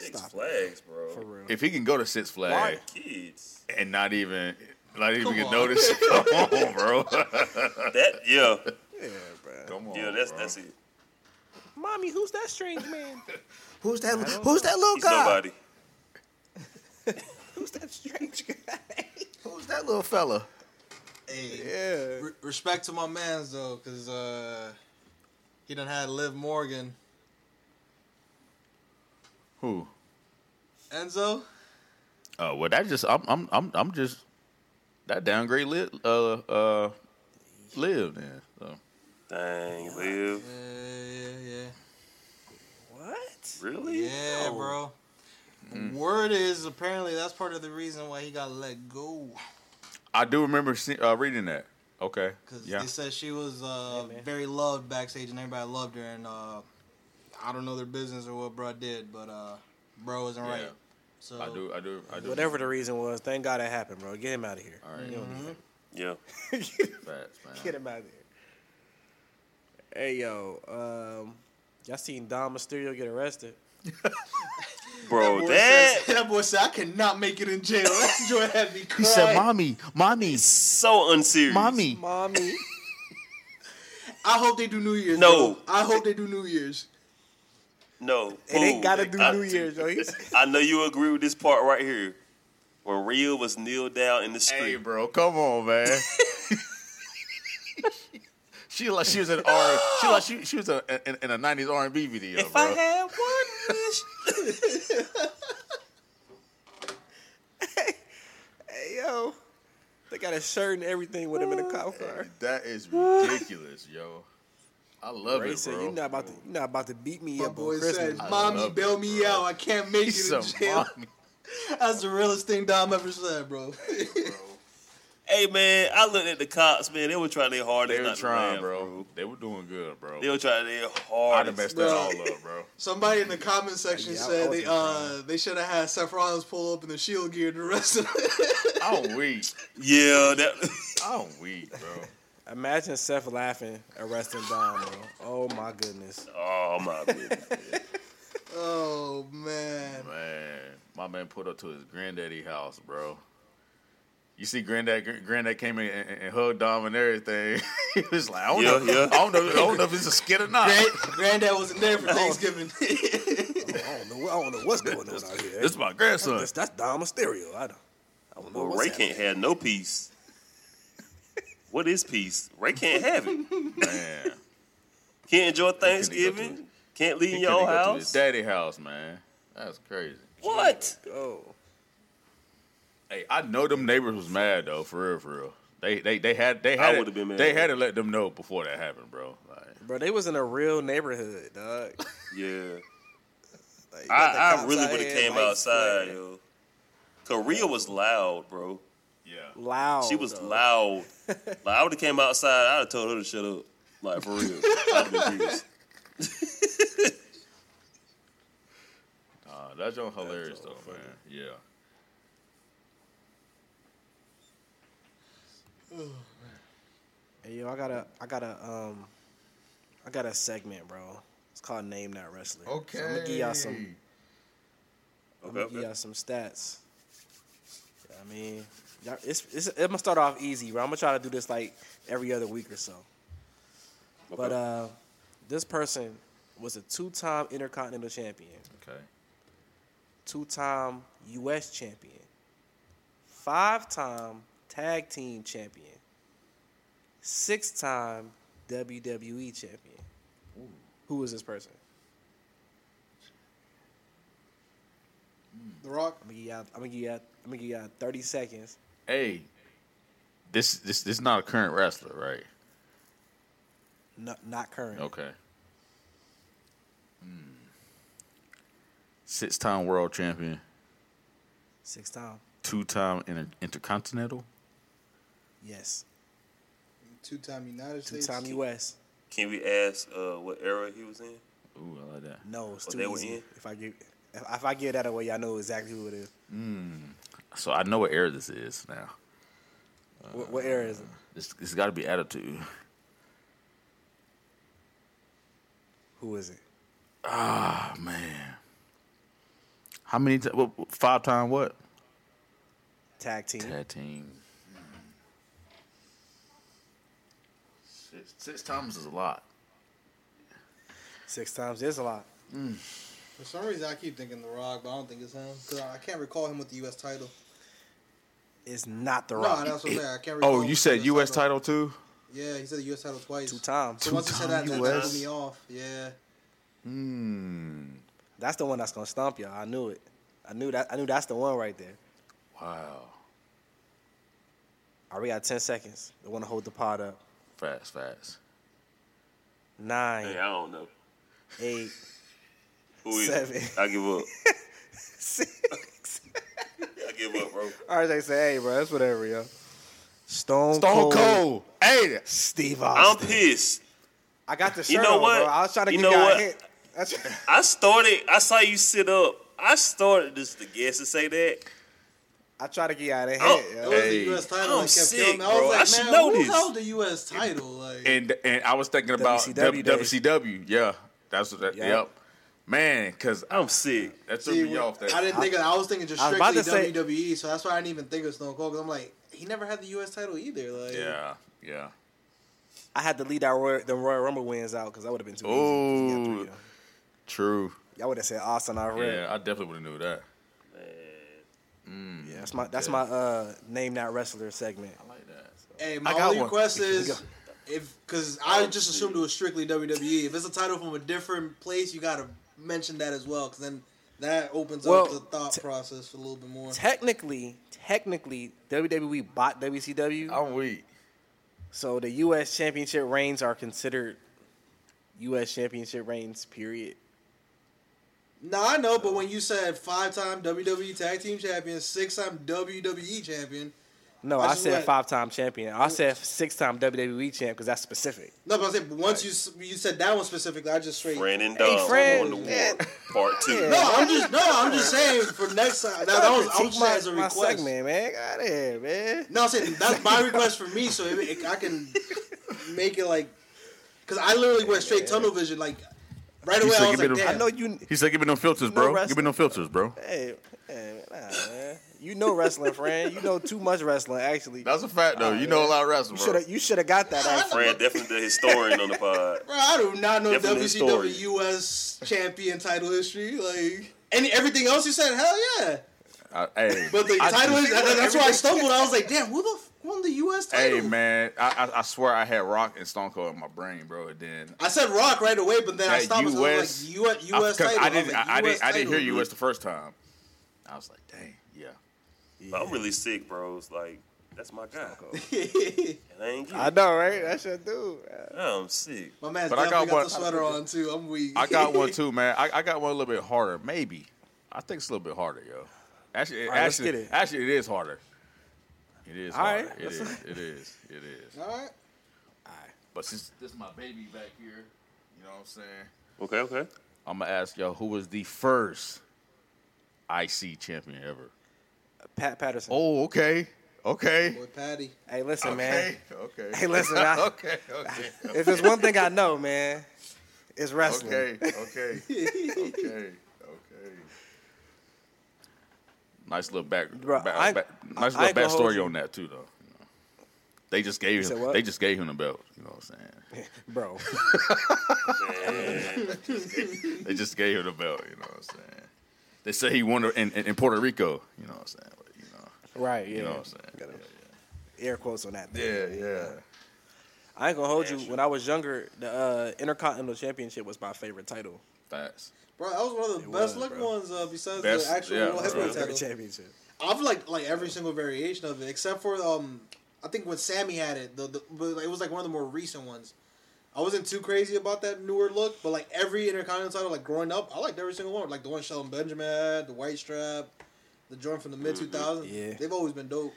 B: Six
D: Stop it.
B: Flags,
D: for
B: bro.
D: real.
A: If he can go to Six Flags
B: Kids.
A: and not even, not even
C: Come
A: get
C: on.
A: noticed, come on, bro.
B: That yeah,
D: yeah, bro.
A: come on.
B: yeah. That's
A: bro.
B: that's it.
D: Mommy, who's that strange man?
A: Who's that?
D: don't
A: Who's that little
B: He's
A: guy?
B: nobody.
D: who's that strange guy?
A: Who's that little fella?
C: Hey,
D: yeah.
C: re- respect to my man's though, because uh, he done had Liv Morgan,
A: Who?
C: Enzo.
A: Oh well, that just I'm I'm I'm I'm just that downgrade live uh uh live then. So
B: Dang, live.
C: Yeah, yeah, yeah.
D: What?
B: Really?
C: Yeah,
B: No.
C: bro. Word is apparently that's part of the reason why he got let go
A: I do remember see, uh, reading that. Okay.
C: because
A: Yeah.
C: they said she was uh,
D: Yeah, man.
C: very loved backstage and everybody loved her and uh, I don't know their business or what bro did, but uh, bro wasn't
A: Yeah.
C: right. So
A: I do. I do. I do.
D: Whatever the reason was, thank God it happened, bro. Get him out of here.
A: All right.
D: You don't need him.
B: Yeah.
A: Facts, man.
D: Get him out of here. Hey yo, um, y'all seen Don Mysterio get arrested?
B: Bro,
C: Boy
B: that
C: says- that boy said I cannot make it in jail. That joint had me
A: He
C: crying.
A: said, "Mommy, mommy,
B: so unserious.
A: mommy."
D: Mommy.
C: I hope they do New Year's.
B: No.
C: bro. I hope they do New Year's.
B: No.
D: It ain't
B: boo,
D: gotta
B: they
D: do
B: got
D: New
B: to.
D: Year's, yo. He's
B: I know you agree with this part right here. Where Rhea was kneeled down in the street.
A: Hey, bro, come on, man. she like she was in R. She like she, she was a, in, in a '90s R&B video,
D: If
A: bro.
D: I had one wish. hey, hey, yo. got a shirt and everything with him in a cop car.
A: That is ridiculous, yo. I love
D: Ray
A: it,
D: said,
A: bro.
D: "You not about to, you not about to beat me
C: My
D: up
C: boy
D: on Christmas."
C: said,
A: I
C: "Mommy,
A: love
C: bail
A: it,
C: me
A: bro.
C: out. I can't make
A: He's
C: it in
A: a
C: jail."
A: mommy,
C: That's the realest thing Dom ever said, bro.
A: bro.
B: Hey man, I looked at the cops, man. They were trying their hardest.
A: They were
B: not to
A: trying,
B: laugh,
A: bro. They were doing good, bro.
B: They were trying their
A: I'd
B: hardest.
A: have messed
C: bro.
A: that all up, bro.
C: Somebody in the comment section
D: Yeah, I- I
C: said
D: wasn't
C: they uh they should have had Seth Rollins pull up in the Shield gear and the rest of it.
A: I'm weak.
B: Yeah, that.
A: I'm weak, bro.
D: Imagine Seth laughing, arresting Dom, bro. Oh my goodness.
B: oh my goodness.
C: oh man,
A: Man, my man put up to his granddaddy house, bro. You see, granddad, gr- granddad came in and, and hugged Dom and everything. he was like, I don't,
B: Yeah,
A: know,
B: yeah.
A: I don't know, I don't know if it's a skit or not.
C: Grand- granddad wasn't there for Thanksgiving.
D: I don't know. I don't know what's going on out here.
A: This is my grandson.
D: That's, that's Dom Mysterio. I don't. I don't know
B: Well,
D: what's
B: Ray
D: happening.
B: can't have no peace. What is peace? Ray can't have it.
A: man,
B: Can't
A: couldn't go to
B: enjoy
A: his-
B: Thanksgiving. Can't leave
A: he
B: your
A: couldn't go to his
B: house.
A: daddy house, man. That's crazy.
B: What?
D: Oh,
A: Hey, I know them neighbors was mad though, for real, for real. They they they had they had
B: would've been mad.
A: they had to let them know before that happened, bro. Like,
D: bro, they was in a real neighborhood, dog.
B: Yeah,
D: Like, you got the
B: I, I
D: cops
B: really
D: out
B: would have
D: here,
B: came
D: like,
B: outside,
D: swearing.
B: yo. Korea was loud, bro.
A: yeah,
D: Loud.
B: She was
D: Oh, dog.
B: loud. Like I would have came outside. I'd have told her to shut up. Like for real. I'd been pissed.
A: uh, that's just hilarious though, man. Yeah,
D: Hey, yo, I got a, I got a, um, I got a segment, bro. It's called Name That Wrestler. So I'm gonna give y'all some. I'm
B: Okay,
D: gonna give
B: okay.
D: y'all some stats. Yeah, I mean, y'all, it's, it's, I'm gonna start off easy, bro. I'm gonna try to do this like every other week or so. But uh, this person was a two-time Intercontinental Champion,
A: Okay,
D: two-time U.S. Champion, five-time Tag Team Champion, six-time WWE Champion. Who is this person?
C: The Rock.
D: I'm gonna give y'all. I'm gonna give y'all. I'm gonna give y'all 30 seconds.
A: hey, this this this is not a current wrestler, right?
D: No, not current.
A: Okay. Hmm. Six-time world champion,
D: Six time.
A: two-time inter- intercontinental,
D: Yes.
C: Two-time United
D: Two
C: States.
D: time U.S.
B: Can we ask uh, what era he was in?
A: ooh, I like that.
D: No, it's
B: Oh,
D: too
B: they were
D: easy.
B: in?
D: If I give if, if I give that away, y'all know exactly who it is.
A: So I know what era this is now.
D: what,
B: Uh,
D: what era is it?
A: This it's got to be attitude.
D: Who is it?
A: Ah man, how many? T- what, what- five time what?
D: Tag team.
A: Tag team. Six, six times is a lot.
D: Six times is a lot.
C: For some reason, I keep thinking The Rock, but I don't think it's him because I can't recall him with the U.S. title.
D: It's not the
C: No,
D: rock.
C: that's what I'm saying. I can't recall.
A: Oh,
C: him
A: you
C: with the
A: said U.S. title too?
C: Yeah, he said the U.S. title twice.
D: Two times.
C: So once you said that,
A: Two-time
C: that threw
A: US.
C: me off. Yeah.
A: Hmm.
D: That's the one that's gonna stomp y'all. I knew it. I knew that. I knew that's the one right there.
A: Wow.
D: All right, we got ten seconds. I want to hold the pot up.
A: Fast, fast.
B: Hey,
D: Nine,
B: I don't know.
D: eight,
B: Who is it?
D: Seven.
B: I give up.
D: six.
B: I give up, bro.
D: All right, they say, "Hey, bro, that's whatever, yo." Stone,
A: Stone Cold. Hey,
D: Steve
B: I'm
D: Austin.
B: pissed.
D: I got the shirt
B: You know
D: on,
B: what?
D: bro. I was trying to
B: You know
D: give y'all
B: what?
D: a hint. That's-
B: I started. I saw you sit up. I started just to guess and say that.
D: I try to get out of hand.
B: Oh,
C: It
D: yo.
C: was
A: Hey.
C: the U.S. title.
B: I'm
C: that kept
B: sick,
C: killing me. I was
B: bro.
C: like,
B: I should
C: man,
B: know
C: who
B: this.
C: held the U.S. title? Like,
A: and and I was thinking about WCW.
D: WCW days.
A: WCW. Yeah, that's what. That,
D: Yep.
A: yep. Man, cause
B: I'm sick.
A: that threw
C: see,
A: me off. That
C: I didn't think. Of, I was thinking just
D: I was about
C: strictly
D: to say-
C: WWE, so that's why I didn't even think of Stone Cold. Cause I'm like, he never had the U.S. title either. Like,
A: Yeah, yeah.
D: I had to leave that Royal, the Royal Rumble wins out because that would have been too easy.
A: Oh.
D: Y'all three, yo.
A: True.
D: Y'all would have said Austin already.
A: Yeah,
D: Yeah,
A: I definitely would have knew that.
B: Man.
D: that's my that's my uh, name that wrestler segment.
A: I like that.
C: Hey, my
A: I got
C: only
A: one.
C: request is
D: go.
C: if because I just E. assumed it was strictly WWE. If it's a title from a different place, you gotta mention that as well, because then That opens
D: Well,
C: up the thought
D: te-
C: process a little bit more.
D: Technically, technically, WWE bought WCW.
C: Oh.
A: I'm weak.
D: So the U.S. Championship reigns are considered U.S. Championship reigns. Period.
C: No, I know, but when you said five-time WWE Tag Team Champion, six-time WWE Champion,
D: No,
C: I
D: I,
C: just
D: said
C: went-
D: five-time champion. I said six-time WWE champ because that's specific.
C: no, but I said but once you s- you said that one specifically, I just straight.
B: Brandon
D: Hey,
B: Dunn
D: Fran,
B: on the
D: man.
B: war part two.
C: No, I'm just no, I'm just saying for next time. That, that was, I was
D: Critique
C: just saying as a request.
D: My segment, man. Got it, man.
C: No, I'm saying that's my request for me, so it, it, I can make it like, because I literally went straight tunnel vision, like right
A: You
C: away.
A: said
C: I was
A: give
C: like,
A: me the-
C: damn.
D: I know you.
A: He said, "Give me no filters, bro. Give me
D: wrestling.
A: no filters, bro."
D: Hey, hey, nah, man. You know wrestling, friend. You know too much wrestling, actually.
A: That's a fact, though. You know a lot of wrestling,
D: You
A: bro.
D: should have. You should have got that. Actually.
B: Fran definitely the historian on the pod.
C: Bro, I do not know
B: Definitely a story.
C: WCW US champion title history. Like, and everything else you said, hell yeah.
A: I- Hey,
C: But the
A: I
C: title,
A: just-
C: is, that, that's why I stumbled. I was like, damn, who the f- won the US title?
A: Hey man, I, I I swear I had Rock and Stone Cold in my brain, bro. And then
C: I said Rock right away, but then I
A: That
C: stopped. and I
A: US
C: was like, U- US,
A: I, 'cause
C: title.
A: I didn't,
C: was like,
A: I, I
C: US
A: didn't, I didn't hear
C: title.
A: you was the first time. I was like, dang, yeah.
B: I'm really sick, bro. It's like that's my guy, and I ain't
D: I
B: get it.
D: know, right? That Uh, should do.
B: I'm sick.
C: My man's
A: But I
C: definitely
A: got
C: got,
A: one-
C: the sweater on too. I'm weak.
A: I got one too, man. I, I got one a little bit harder, maybe. I think it's a little bit harder, yo. Actually, it-
D: All right, let's
A: actually,
D: get it.
A: actually, it is harder. It is
D: All
A: harder.
D: right,
A: It
D: that's
A: is. It is. It is.
C: All right.
A: But since this is my baby back here, you know what I'm saying.
B: Okay, okay.
A: I'm gonna ask y'all who was the first IC champion ever.
D: Pat Patterson.
A: Oh, okay, okay,
C: Boy, Patty.
D: Hey, listen, man.
A: okay, okay.
D: Hey, listen, I-
A: okay, okay,
D: If there's one thing I know, man, it's wrestling.
A: okay, okay, okay, okay. Nice little back,
D: Bro,
A: back-
D: I-
A: back- nice little
D: I ain't gonna hold
A: backstory
D: you.
A: on that too, though. You know. They just gave
D: said
A: him.
D: what?
A: They just gave him the belt. You know what I'm saying?
D: bro.
A: they just gave him the belt. You know what I'm saying? They say he won in, in, in Puerto Rico. You know what I'm saying? But, you know,
D: Right. Yeah.
A: you know what I'm saying?
D: Air quotes on that.
A: Yeah, yeah.
D: I ain't gonna hold you. When I was younger, the uh, Intercontinental Championship was my favorite title.
A: Facts.
C: Bro, that was one of the
D: was,
C: best look
D: bro.
C: ones uh, besides
A: Best-
C: the actual
A: yeah,
C: World
A: bro.
C: Heavyweight
D: Favorite
C: title.
D: championship.
C: I've liked like every single variation of it, except for um, I think when Sammy had it, the, the but it was like one of the more recent ones. I wasn't too crazy about that newer look, but like every Intercontinental title, like growing up, I liked every single one. Like the one Sheldon Benjamin had, the white strap, the joint from the mid two thousands.
D: Yeah.
C: they've always been dope.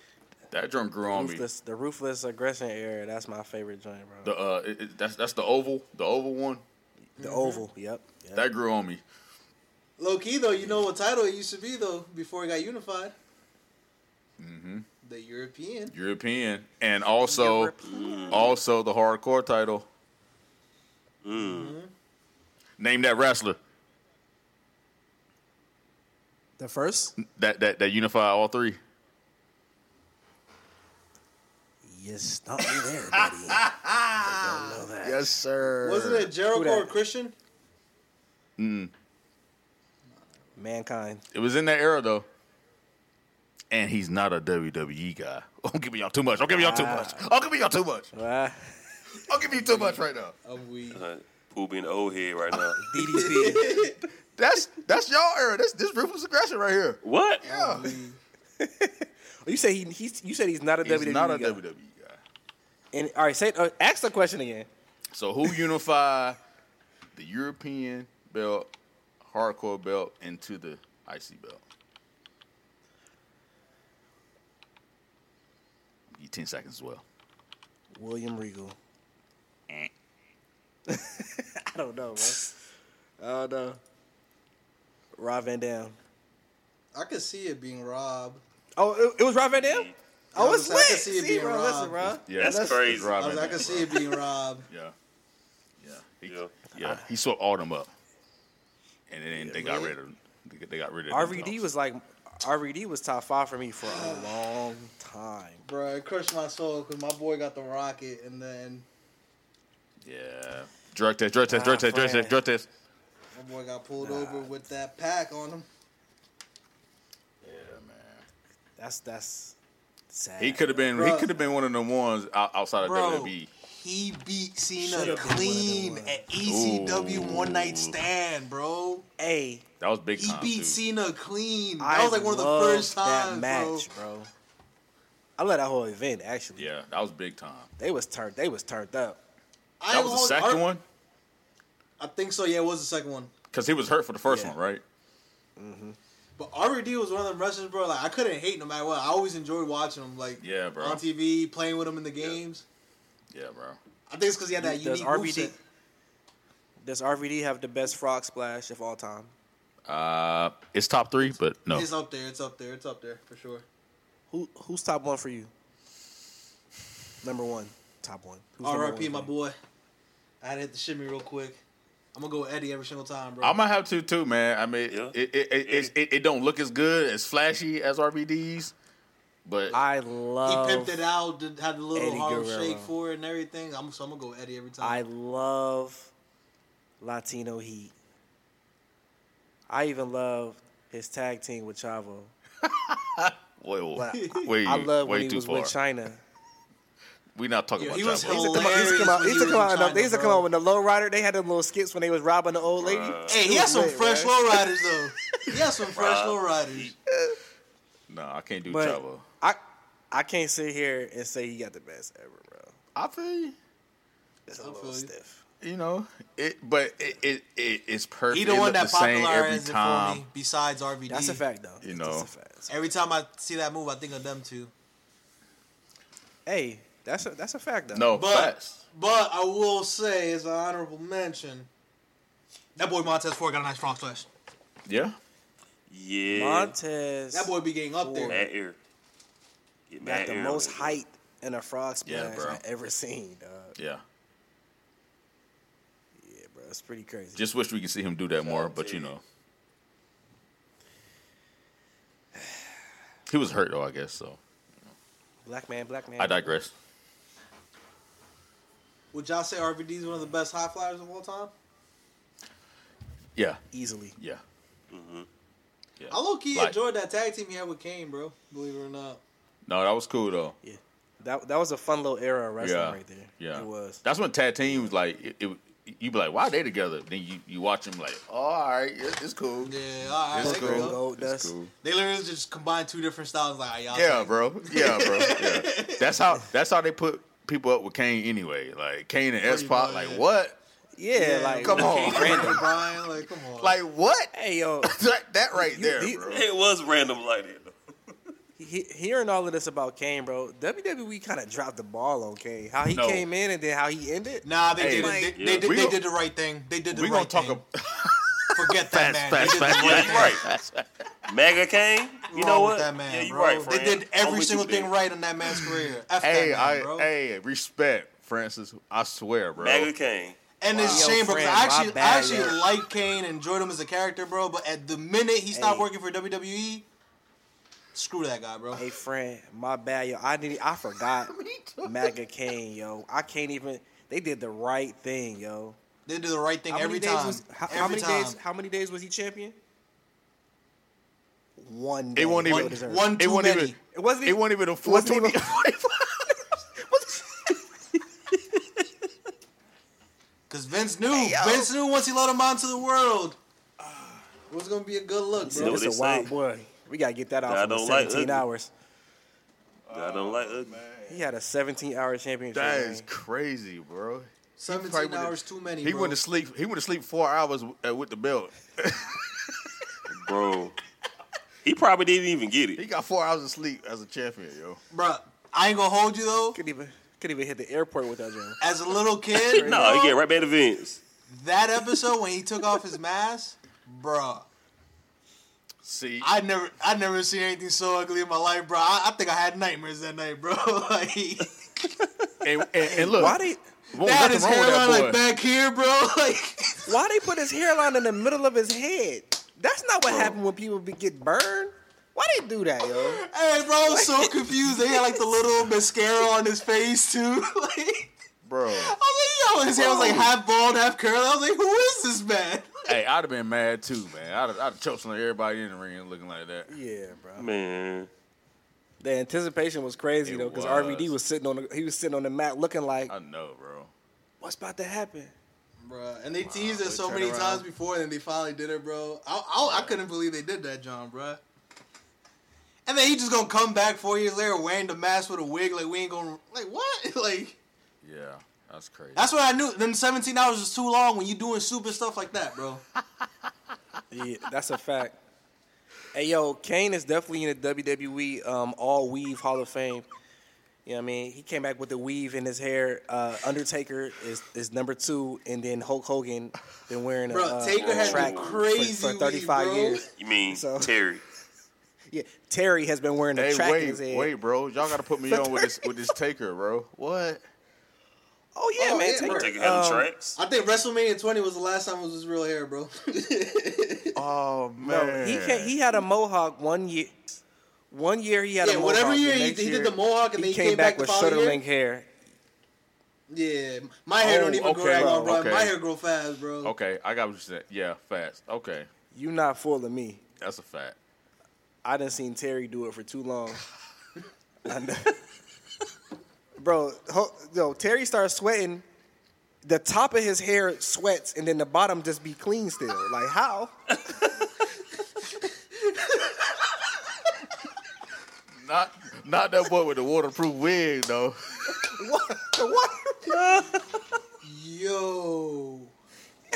A: That drum grew on me.
D: Ruthless, the ruthless aggression era. That's my favorite joint, bro.
A: The uh, it, it- that's that's the oval, the oval one.
D: The, oval. Yep. yep.
A: That grew on me.
C: Low key though, you know what title it used to be though before it got unified. Mm-hmm. The European.
A: European, and also also the hardcore title. Name that wrestler
D: the first.
A: that that that unify all three.
D: You stumped me there, buddy. I don't know that.
A: Yes, sir.
C: Wasn't it
D: Who
C: Jericho
D: that?
C: or Christian?
D: Mankind.
A: It was in that era though. And he's not a WWE guy. Don't give me y'all too much. Don't give me y'all too much. Don't give me y'all too much.
D: Ah,
A: Don't give me too much right now.
C: I'm weak.
B: Uh, Pooh being the old head right now.
D: DDP.
A: That's that's y'all era. That's this ruthless aggression right here.
B: what?
A: Yeah.
D: you say he, he's. You said he's not a
A: He's
D: WWE.
A: not a
D: E
A: E.
D: guy.
A: WWE guy.
D: And all right, say uh, ask the question again.
A: So who unified the European belt, hardcore belt, into the IC belt? You ten seconds as well.
D: William Regal. I don't know, man. I don't know. Rob Van Dam.
C: I could see it being Rob.
D: Oh, it, it was Rob Van Dam.
C: I
D: Oh,
C: was
D: it's
C: like,
D: lit.
C: I can see
D: See,
C: it being
D: bro,
C: Rob.
D: listen, bro.
A: Yeah,
B: That's
A: it's
B: crazy.
C: I was
A: Robin.
C: like, I can see it being Rob.
A: Yeah, yeah, he, yeah,
B: Yeah.
A: He swept all them up, and then they got rid of. They got- they got rid of them
D: RVD
A: belts.
D: was like, RVD was top five for me for a long time.
C: Bro, it crushed my soul because my boy got the rocket and then
A: yeah. Drug test, drug test,
D: Ah,
A: drug test, drug
D: friend.
A: test, drug test.
C: my boy got pulled over with that pack on him.
A: Yeah, man.
D: That's that's sad.
A: He could have been. He
C: Bruh.
A: could have been one of E. the ones out, outside of
C: Bro,
A: WWE.
C: he He beat Cena
D: Should've been one of the
C: clean
D: ones.
C: at ECW One
A: Ooh.
C: Night Stand, bro.
D: Hey,
A: That was big
C: He
A: time
C: beat
A: too.
C: Cena clean. That
D: I
C: was like one of the
D: loved
C: first times,
D: that match, bro. I love that whole event actually.
A: yeah, that was big time.
D: They was turned. They was turned up.
C: bro. I
A: That
C: ain't
A: was the
C: gonna-
A: second
C: I-
A: one
C: I think so. Yeah, it was the second one.
A: because he was hurt for the first
D: Yeah.
A: one, right?
C: But RVD was one of them wrestlers, bro. Like I couldn't hate no matter what. I always enjoyed watching him. Like
A: Yeah, bro.
C: on TV, playing with him in the games.
A: Yeah, bro.
C: I think it's because he had that
D: Does
C: unique
D: RVD
C: moveset.
D: Does RVD have the best frog splash of all time?
A: Uh, it's top three, but
D: Oh.
A: no,
C: It's up there. It's up there. It's up there for sure.
D: Who who's top one for you? Number one, top one. Who's number
C: R.I.P.
D: one
C: My
D: for you?
C: boy. I had to hit the shimmy real quick. I'm gonna go with Eddie every single time, bro.
A: I might have to too, man. I mean,
B: Yeah.
A: it, it, it, it, it it don't look as good as flashy as RVD's, but
D: I
C: he
D: love.
C: pimped it out, did, had the little
D: Eddie
C: Harlem
D: Guerrero.
C: shake for it and everything. I'm, so I'm gonna go with Eddie every
D: I
C: time.
D: love Latino Heat. I even love his tag team with Chavo.
A: wait,
D: But
A: wait,
D: I,
A: wait,
D: I love
A: way
D: when he
A: too
D: was
A: far.
D: with China.
A: we not talking
C: Yeah,
A: about
C: he was
A: Chavo.
D: They used to
C: hilarious.
D: come out. They used to come
C: when he was in
D: out, they used to come out,
C: China,
D: they used to come
C: bro.
D: out with the low rider. They had them little skits when they was robbing the old lady.
A: Bruh.
C: Hey, he
D: It
C: had
D: was
C: some
D: lit,
C: fresh
D: bruh.
C: low riders though. He had some fresh
B: Bruh.
C: low riders.
A: No, I can't do
D: But
A: Chavo.
D: I, I can't sit here and say he got the best ever, bro.
A: I feel you.
D: It's a
C: I
D: little
C: feel you.
D: stiff.
A: You know, it, but it, it, it it's perfect.
C: He
A: It
C: the
A: look
C: one that
A: same every
C: popularized it for
A: time.
C: me. Besides RVD,
D: That's a fact, though.
A: You
D: That's
A: know.
D: a fact.
C: Every time I see that move, I think of them two.
D: Hey, that's a that's a fact, though.
A: No,
C: But-
A: facts.
C: But I will say, as an honorable mention, that boy Montez Ford got a nice frog splash.
A: Yeah,
B: Yeah.
D: Montez
C: That boy be getting up there.
B: Matt Ear. Get
D: got
B: Matt
D: the
B: Ear
D: most
B: on it.
D: height in a frog
A: Yeah,
D: splash
A: bro.
D: I've ever seen, dog.
A: yeah.
D: Yeah, bro, it's pretty crazy.
A: Just wish we could see him do that more, but you
B: Guaranteed.
A: know, he was hurt though. I guess so.
D: black man, black man.
A: I digress.
C: Would y'all say RVD is one of the best high flyers of all time?
A: Yeah,
D: easily.
A: yeah.
B: Mhm.
A: yeah.
C: I low key
A: Like-
C: enjoyed that tag team he had with Kane, bro. Believe it or not.
A: No, that was cool though.
D: Yeah, that that was a fun little era of wrestling
A: Yeah,
D: right there.
A: yeah.
D: it was.
A: That's when tag team was like, it, it, you be like, why they together? Then you, you watch them like, oh, all right, it, it's cool.
C: Yeah, all right.
A: It's cool.
C: there you
D: Gold,
C: go.
D: gold dust.
A: It's cool.
C: They literally just combined two different styles. Like, all right, y'all
A: Yeah,
C: take-
A: bro. Yeah, bro. Yeah. That's how that's how they put people up with Kane anyway. Like Kane and S
C: Pretty
A: Pop,
C: much,
A: like
C: yeah.
A: what?
D: Yeah,
C: Yeah,
D: like
A: come
C: with
A: on.
C: Kane and
A: Random.
C: Brian, like, come on.
A: Like what?
D: Hey yo,
A: That, that right
D: You-
A: there,
D: you-
A: bro.
B: It was random like that. though.
D: he, hearing all of this about Kane, bro, WWE kind of dropped the ball on Kane. How he
A: No.
D: came in and then how he ended.
C: nah, they
A: Hey,
C: did
D: like-
C: it. They, they
B: Yeah.
C: did,
A: We
C: they
A: gon-
C: did the right thing. They did the
A: We
C: right
A: gonna talk
C: thing.
A: about
C: Forget that
A: fast,
C: man.
A: fast,
C: they did
A: fast.
C: the
B: Yeah,
C: right
B: you
C: thing.
B: right. Mega Kane, you
C: Wrong
B: know
C: with
B: what?
C: That man,
B: yeah, you
C: bro.
B: right, friend.
C: They did
B: I'm with
C: every
B: you
C: single thing
B: there.
C: right in that man's career. F
A: Hey,
C: that
A: I
C: man, bro.
A: hey, respect, Francis. I swear, bro.
B: Mega Kane.
C: And it's
D: Wow.
C: a
D: Yo,
C: shame, bro. 'cause
D: friend,
C: I
D: my
C: actually,
D: bad,
C: I actually
D: yo.
C: like Kane, enjoyed him as a character, bro. But at the minute he stopped
D: Hey.
C: working for WWE, screw that guy, bro.
D: Hey friend, my bad, yo. I need. I forgot MAGA Kane, yo. I can't even. They did the right thing, yo.
C: They do the right thing
D: How many
C: every
D: days
C: time.
D: was- how,
C: every
D: how many
C: time.
D: days? How many days was he champion? One. Day.
A: It won't
D: Yo,
A: even-
D: deserve
C: One
A: it
C: too
A: wasn't
C: many.
A: even
D: It wasn't
A: it
D: even.
A: wasn't even a full
D: wasn't even-
A: 20
C: Cause Vince knew. Vince knew once he let him onto the world. It was gonna be a good look,
B: You know
C: bro.
B: what
D: It's
B: they
D: a wild
B: say.
D: boy. We gotta get that
B: I
D: off in
B: don't like
D: 17
B: ugly.
D: hours.
B: I don't like
C: Oh,
B: ugly.
D: He had a 17 hour championship.
A: That is
D: reign.
A: crazy, bro. probably
C: Seventeen
A: would've-
C: hours too many.
A: He
C: bro.
A: went to sleep. He went to sleep four hours uh, with the belt.
B: bro. He probably didn't even get
A: He
B: it.
A: got four hours of sleep as a champion, yo.
C: bro. I ain't gonna hold you though.
D: Couldn't even. Couldn't even hit the airport with that joint.
C: As a little kid,
B: No, he get right back to Vince.
C: that episode when he took off his mask, bruh.
A: See,
C: I never, I never seen anything so ugly in my life, bro. I, I think I had nightmares that night, bro. like
A: and, and, and look,
D: Why they?
A: won't Oh,
C: that
A: nothing
C: is
A: wrong with that
C: hairline
A: boy.
C: like back here, bro. Like
D: Why they put his hairline in the middle of his head? That's not what happened when people be, get burned. Why they do that, yo?
C: Hey, bro, I was so confused. They had like the little mascara on his face too. like,
A: bro.
C: I was like, yo, his hair was like half bald, half curly. I was like, who is this man?
A: hey, I'd have been mad too, man. I'd have, I'd have choked on everybody in the ring looking like that.
D: Yeah, bro.
B: Man.
D: The anticipation was crazy
A: It
D: though, because RVD
A: was.
D: was sitting on the, he was sitting on the mat looking like,
A: I know, bro.
D: what's about to happen?
C: Bruh, and they teased it
D: quick
C: so many
D: turnaround.
C: times before, and then they finally did it, bro. I, I, I couldn't believe they did that, John, bruh. And then he just gonna come back four years later wearing the mask with a wig, like we ain't gonna, like what? like
A: Yeah, that's crazy.
C: that's what I knew. Then seventeen hours is too long when you doing stupid stuff like that, bro.
D: Yeah, that's a fact. Hey, yo, Kane is definitely in the WWE um, All Weave Hall of Fame. You know what I mean? He came back with the weave in his hair. Uh, Undertaker is, is number two, and then Hulk Hogan been wearing a
C: Bro,
D: uh,
C: Taker had the
D: track for-
C: crazy
D: for,
C: weave,
D: 35
C: bro.
D: years.
B: You mean
D: So-
B: Terry?
D: Yeah, Terry has been wearing a
A: Hey,
D: track in his
A: wait,
D: head.
A: wait, bro. Y'all gotta put me on with this with this taker, bro. What?
D: Oh yeah,
C: Oh,
D: man,
C: yeah, bro.
D: Taker.
B: Take a hell
D: um,
B: tracks.
C: I think WrestleMania twenty was the last time it was his real hair, bro.
A: Oh
D: No,
A: man.
D: he can, he had a mohawk one year. One year he had a
C: Yeah,
D: mohawk.
C: whatever
D: the
C: year he-
D: next
C: he did
D: year
C: the mohawk and
D: he
C: then he came back the
D: with
C: following year?
D: shutterling hair.
C: yeah, my hair
A: Oh,
C: don't even grow
A: okay,
C: that long, bro.
A: okay.
C: My hair grow fast, bro.
A: Okay, I got what you said. Yeah, fast. Okay,
D: You not fooling me.
A: that's a fact.
D: I didn't seen Terry do it for too long. I know. Bro, ho- yo, Terry starts sweating. The top of his hair sweats, and then the bottom just be clean still. Like how?
A: Not not that boy with the waterproof wig though.
D: What? what?
C: Yo,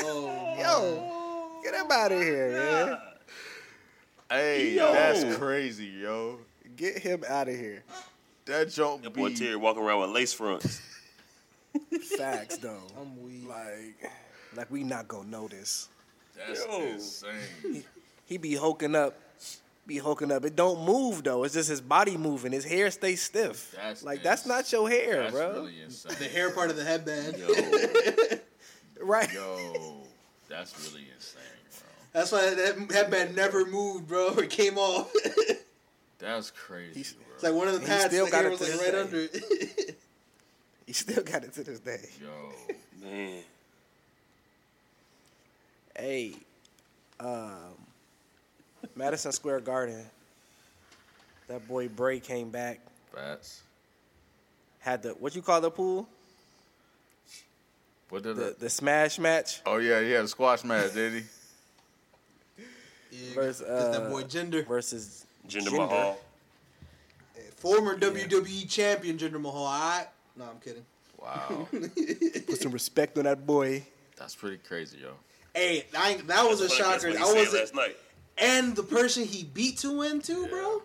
C: oh,
D: Yo, get him out of here, man.
A: Hey, that's crazy, yo.
D: Get him out of here.
A: That junk
B: That boy
A: be
B: Terry walking around with lace fronts.
D: Facts though.
C: I'm weak.
D: Like, like we not gonna notice.
A: That's
B: Yo.
A: insane.
D: He be hulking up, be hulking up. It don't move though. It's just his body moving. His hair stays stiff.
A: That's
D: like
A: ins-
D: that's not your hair,
A: That's
D: bro.
A: really insane.
C: the hair part of the headband.
A: Yo,
D: Right.
A: yo, that's really insane, bro.
C: That's why that headband never moved, bro. It came off. it's
A: That's crazy, bro.
C: like one of the
D: He
C: pads.
D: still
C: The
D: got
C: hair was
D: it to
C: like
D: this
C: right
D: day.
C: under it.
D: He still got it to this day.
A: yo,
B: Man,
D: Hey, um, Madison Square Garden. That boy Bray came back.
A: fats.
D: Had the what you call the pool?
A: What did
D: The
A: I-
D: the smash match.
A: Oh yeah, yeah, the squash match, did he?
C: yeah,
D: Versus,
C: 'cause
D: uh,
C: that boy Gender,
D: Versus
B: Jinder
D: Jinder.
B: Mahal.
C: former WWE champion Gender Mahal. All right, no, I'm kidding.
A: Wow,
D: Put some respect on that boy.
A: that's pretty crazy, yo.
C: Hey, I, ain't- that was a
B: That's what- that's
C: shocker.
B: what
C: I
B: he said
C: was,
B: last night.
C: and the person he beat to win too, bro.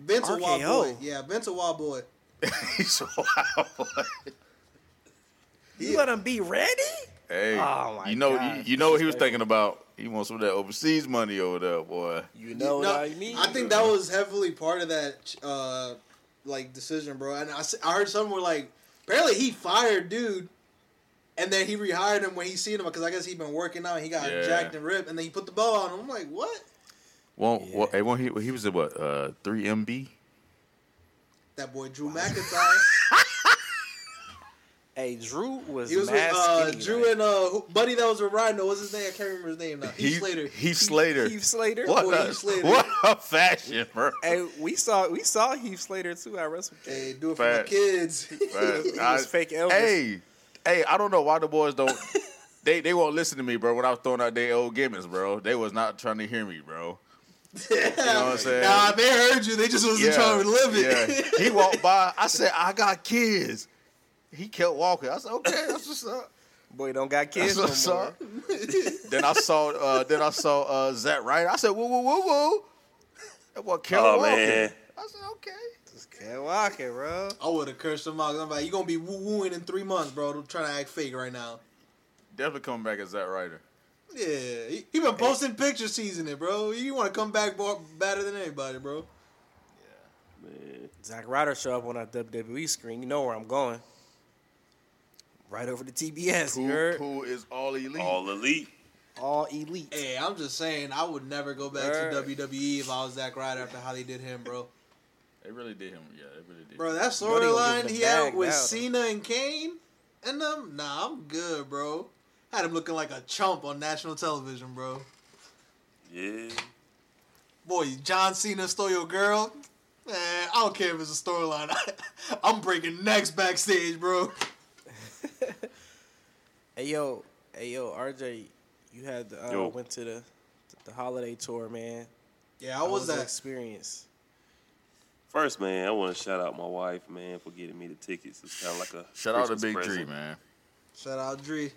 C: Vince a wild
D: RKO.
C: boy. Yeah, Vince a wild boy.
A: He's wow.
D: You let him be ready?
A: Hey,
D: Oh, my
A: you know,
D: God.
A: you, you know what he was thinking about. He wants some of that overseas money over there, boy.
D: You know
C: No,
D: what I mean?
C: I think that was heavily part of that uh, like decision, bro. And I, s- I heard somewhere like apparently he fired dude, and then he rehired him when he seen him because I guess he been working out. and He got
A: Yeah.
C: jacked and ripped, and then he put the ball on him. I'm like, what?
A: Won't,
D: Yeah.
A: well, hey, won't he, he was at what uh, 3MB?
C: That boy Drew McIntyre.
D: Hey, Drew was,
C: He was with
D: mad
C: uh,
D: skinny,
C: Drew
D: like,
C: and uh, who- buddy that was with Ryan. though. What's his name? I can't remember his name now. Heath
A: He-
C: Slater.
A: Heath Slater.
D: Heath Slater.
A: What,
C: Boy,
A: a,
C: Heath Slater.
A: what a fashion, bro.
D: Hey, we saw we saw Heath Slater too at WrestleMania.
C: Hey, do it for the
A: Fast.
C: kids.
A: Man,
D: was fake Elvis.
A: Hey, hey, I don't know why the boys don't. they they won't listen to me, bro. When I was throwing out their old gimmicks, bro, they was not trying to hear me, bro. You know what I'm saying?
C: nah, they heard you. They just wasn't trying to live it.
A: yeah. He walked by. I said, I got kids. He kept walking. I said, okay, that's what's up.
D: Boy, don't got
A: That's
D: kids no
A: what's
D: more.
A: up. then I saw uh then I saw uh Zach Ryder. I said, woo woo woo woo. That boy kept
B: Oh,
A: walking.
B: man.
A: I said, okay.
D: Just kept walking, bro.
C: I would have cursed him out. I'm like, you gonna be woo wooing in three months, bro. Don't try to act fake right now.
A: Definitely coming back as Zach Ryder.
C: Yeah, he, he been posting pictures seasoning, bro. You want to come back more, better than anybody, bro.
B: Man.
D: Zack Ryder show up on our WWE E screen. You know where I'm going. Right over to TBS. you
A: Who,
D: heard?
A: who is all elite?
B: All elite.
D: All elite.
C: Hey, I'm just saying, I would never go back
D: Word.
C: to WWE if I was Zack Ryder after how they did him, bro.
A: They really did him. Yeah, they really did.
C: Bro, that
D: gonna give him
C: storyline
D: the
C: he
D: bag
C: had with
D: now, though.
C: Cena and Kane, and them, nah, I'm good, bro. Had him looking like a chump on national television, bro.
B: Yeah.
C: Boy, John Cena stole your girl. Man, I don't care if it's a storyline. I'm breaking necks backstage, bro.
D: Hey yo, hey yo, RJ, you had the, uh,
B: Yo.
D: went to the the holiday tour, man.
C: Yeah, how was
D: the
C: that?
D: experience?
B: First, man, I want to shout out my wife, man, for getting me the tickets. It's kind of like a
A: Shout out to
B: Christmas
A: Big G,
B: present.
A: man.
C: Shout out Dree.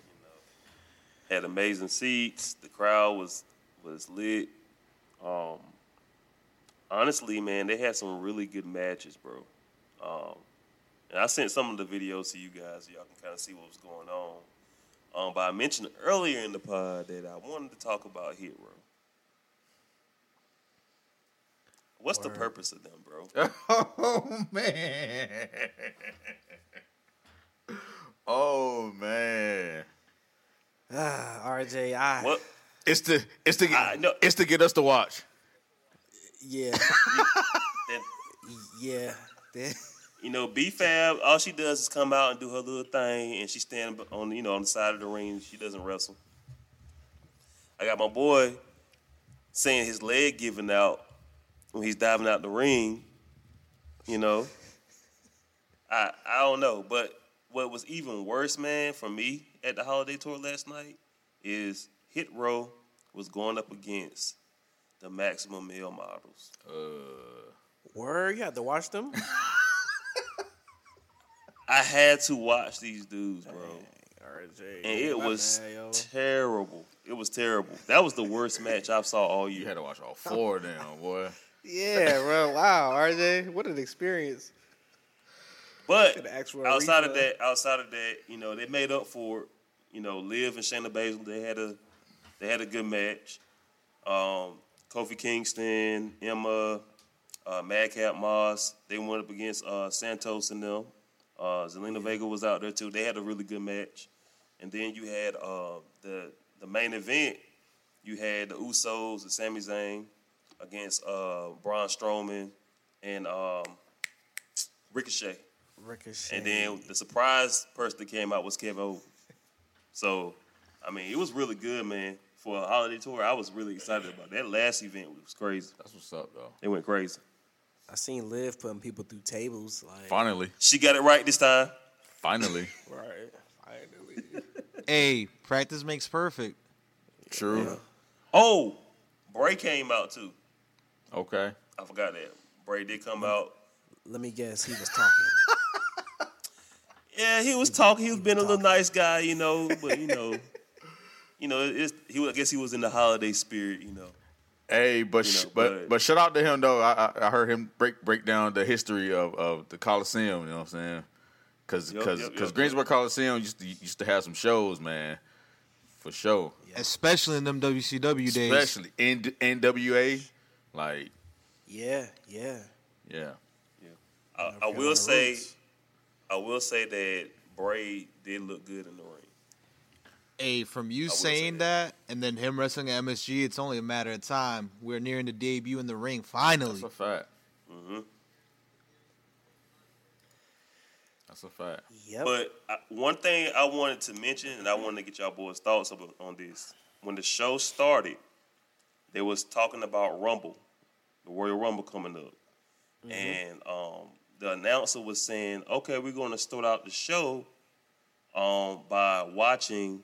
B: Had amazing seats. The crowd was was lit. Um, honestly, man, they had some really good matches, bro. Um, and I sent some of the videos to you guys so y'all can kind of see what was going on. Um, but I mentioned earlier in the pod that I wanted to talk about Hit Row. What's the purpose of them, bro?
A: Oh man. Oh man.
D: Ah, RJ, I
B: What?
A: It's to it's to
B: I know.
A: it's to get us to watch.
D: yeah,
B: That,
D: yeah. That-
B: you know, B Fab, all she does is come out and do her little thing, and she stand on you know on the side of the ring. She doesn't wrestle. I got my boy saying his leg giving out when he's diving out the ring. You know, I I don't know, but what was even worse, man, for me at the holiday tour last night is Hit Row was going up against the Maximum Male Models.
A: Uh,
D: Word, you had to watch them.
B: I had to watch these dudes, bro.
D: RJ,
B: and it
D: my
B: was
D: bad, yo.
B: terrible. It was terrible. That was the worst match I've saw all
A: You
B: year.
A: had to watch all four of them, boy.
D: yeah, bro. Wow, RJ, what an experience.
B: But
D: Could have asked for a
B: outside of
D: refund.
B: that, outside of that, you know, they made up for it. You know, Liv and Shayna Baszler, they had a they had a good match. Um, Kofi Kingston, Emma, uh, Madcap Moss, they went up against uh, Santos and them. Uh, Zelina Vega was out there too. They had a really good match. And then you had uh, the the main event. You had the Usos and Sami Zayn against uh, Braun Strowman and um, Ricochet.
D: Ricochet.
B: And then the surprise person that came out was Kevin Owens. So, I mean, it was really good, man. For a holiday tour, I was really excited about it. that last event. was crazy.
A: That's what's up though.
B: They went crazy.
D: I seen Liv putting people through tables. Like,
A: Finally.
B: She got it right this time.
A: Finally.
D: right.
E: Hey, practice makes perfect.
A: True.
B: Oh, Bray came out too.
A: Okay.
B: I forgot that Bray did come out.
D: Let me guess, he was talking.
B: Yeah, he was talking. He was being a little nice guy, you know. But you know, you know, it's, he. was- I guess he was in the holiday spirit, you know.
A: Hey, but
B: You
A: sh-
B: know,
A: but,
B: but-
A: but shout out to him though. I, I I heard him break break down the history of, of the Coliseum. You know what I'm saying? Because
B: Yup,
A: because
B: yup, yup, yup.
A: Greensboro Coliseum used to used to have some shows, man, for sure.
E: Especially in them WCW days.
A: Especially in NWA, like
D: yeah, yeah.
A: yeah,
B: I, I
D: North
B: will
D: Carolina
B: say,
D: roots.
B: I will say that Bray did look good in the ring.
E: Hey, from you
B: will say
E: saying that and then him wrestling at MSG, it's only a matter of time. We're nearing the debut in the ring, finally.
A: that's a fact.
B: hmm
A: That's a fact.
D: Yep.
B: But I, one thing I wanted to mention, and I wanted to get y'all boys' thoughts about, on this. When the show started, they was talking about Rumble, the Royal Rumble coming up, and um, the announcer was saying, "Okay, we're going to start out the show um, by watching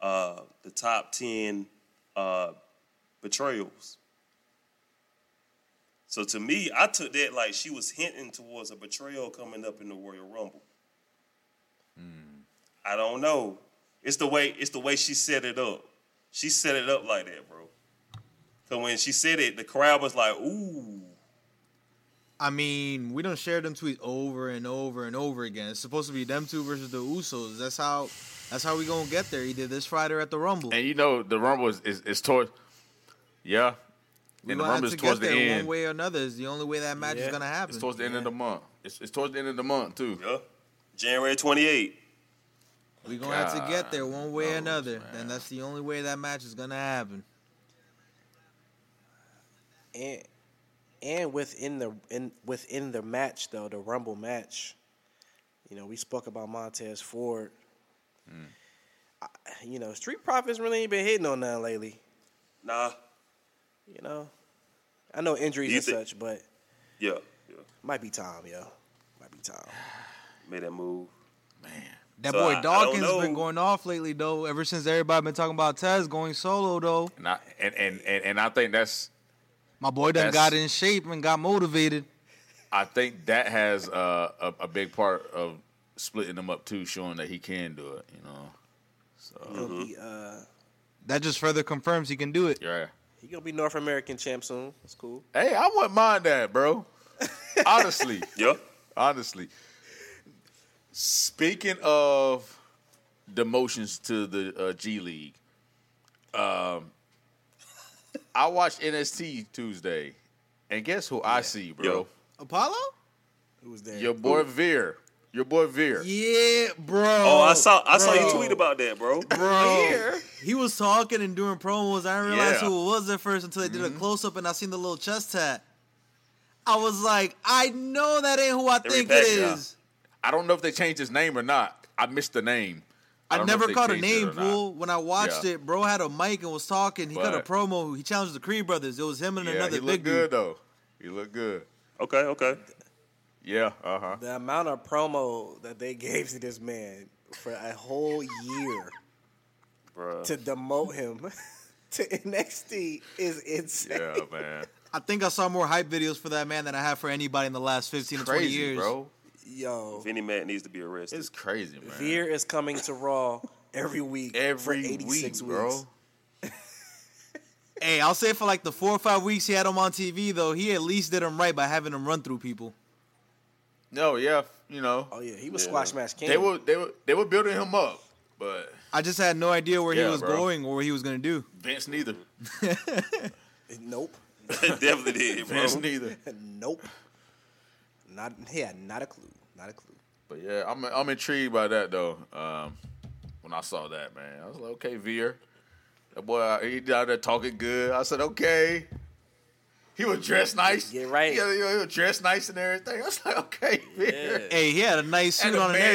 B: uh, the top ten uh, betrayals." So to me, I took that like she was hinting towards a betrayal coming up in the Royal Rumble. I don't know. It's the way it's the way she set it up. She set it up like that, bro. So when she said it, the crowd was like, "Ooh,
E: I mean, we don't share them tweets over and over and over again. It's supposed to be them two versus the Usos. That's how that's how we gonna get there. Either this Friday or at the Rumble.
A: And you know the Rumble is is, is towards yeah,
E: We're
A: and
E: gonna
A: the
E: have
A: Rumble is
E: to get
A: towards the
E: there one
A: end.
E: way or another. Is the only way that match
D: Yeah.
E: is gonna happen.
A: It's towards the end of the month. It's, it's towards the end of the month too.
B: yeah, January 28."
E: We're gonna have to get there
A: God
E: one way or
A: knows,
E: another.
A: man.
E: And that's the only way that match is gonna happen.
D: and and within the in within the match though, the Rumble match, you know, we spoke about Montez Ford.
B: Mm.
D: I, you know, Street Profits really ain't been hitting on that lately.
B: Nah,
D: You know, I know injuries
B: You
D: and
B: thi-
D: such, but
B: yeah.
D: Might be time, yo. Might be time.
B: Made that move.
A: Man.
C: That
B: So I-
C: boy
B: I don't
C: Dawkins
B: know.
C: been going off lately though. Ever since everybody been talking about Tez going solo though,
A: And I and, and, and, and I think that's
C: my boy done
A: That's-
C: got in shape and got motivated.
A: I think that has uh, a a big part of splitting them up too, showing that he can do it. You know.
D: He
A: Mm-hmm.
D: gonna be uh,
C: That just further confirms he can do it.
A: Yeah.
D: he gonna be North American champ soon. That's cool.
A: Hey, I wouldn't mind that, bro. Honestly,
B: Yeah.
A: honestly. Speaking of demotions to the uh, G League, um, I watched NST Tuesday, and guess who I see, bro?
C: Apollo?
D: Who was there?
A: Your boy Veer. Your boy Veer.
C: Yeah, bro.
B: Oh, I saw I saw you
C: Bro.
B: tweet about that, bro.
C: Bro, he was talking and doing promos. I didn't realize
A: Yeah. Mm-hmm.
C: who it was at first until they did a close up and I seen the little chest tat. I was like, I know that ain't who I
B: They
C: think it
B: repackaged it.
C: is.
A: I don't know if they changed his name or not. I missed the name.
C: I,
A: don't know if
C: never
A: they
C: caught a
A: changed it
C: name,
A: or not.
C: fool. When I watched
A: Yeah.
C: it, bro had a mic and was talking. He cut a
A: But-
C: promo. He challenged the Creed brothers. It was him and
A: Yeah,
C: another
A: he
C: big
A: looked
C: dude.
A: good though. He looked good.
B: Okay, okay.
A: Yeah. Uh huh.
D: The amount of promo that they gave to this man for a whole year
B: Bro.
D: to demote him to NXT is insane.
A: Yeah, man.
C: I think I saw more hype videos for that man than I have for anybody in the last 15 to 20
A: Crazy,
C: years.
A: bro.
D: Yo,
B: Vinny Mac needs to be arrested.
A: It's crazy, man.
D: Veer is coming to Raw every week.
A: every
D: for 86
A: week,
D: weeks.
A: bro.
C: Hey, I'll say for like the four or five weeks he had him on TV, though, he at least did him right by having him run through people.
A: No, yeah, you know
D: Oh yeah, he was
B: Yeah.
D: squash match king.
A: they were they were they were building him up, but
C: I just had no idea where
A: Yeah,
C: he was
A: bro.
C: going or what he was going to do.
A: Vince neither.
D: Nope.
B: Definitely did, bro.
A: Vince neither.
D: nope. Not he had not a clue. Not a clue.
A: But yeah, I'm I'm intrigued by that though. Um, when I saw that, man, I was like, okay, Veer, that boy, out- he out there talking good. I said, okay. He was dressed nice.
D: Yeah, right.
A: Yeah, he was dressed nice and everything. I was like, okay, Veer.
C: Hey, he had a nice
A: Had
C: suit
A: a
C: on and
A: bad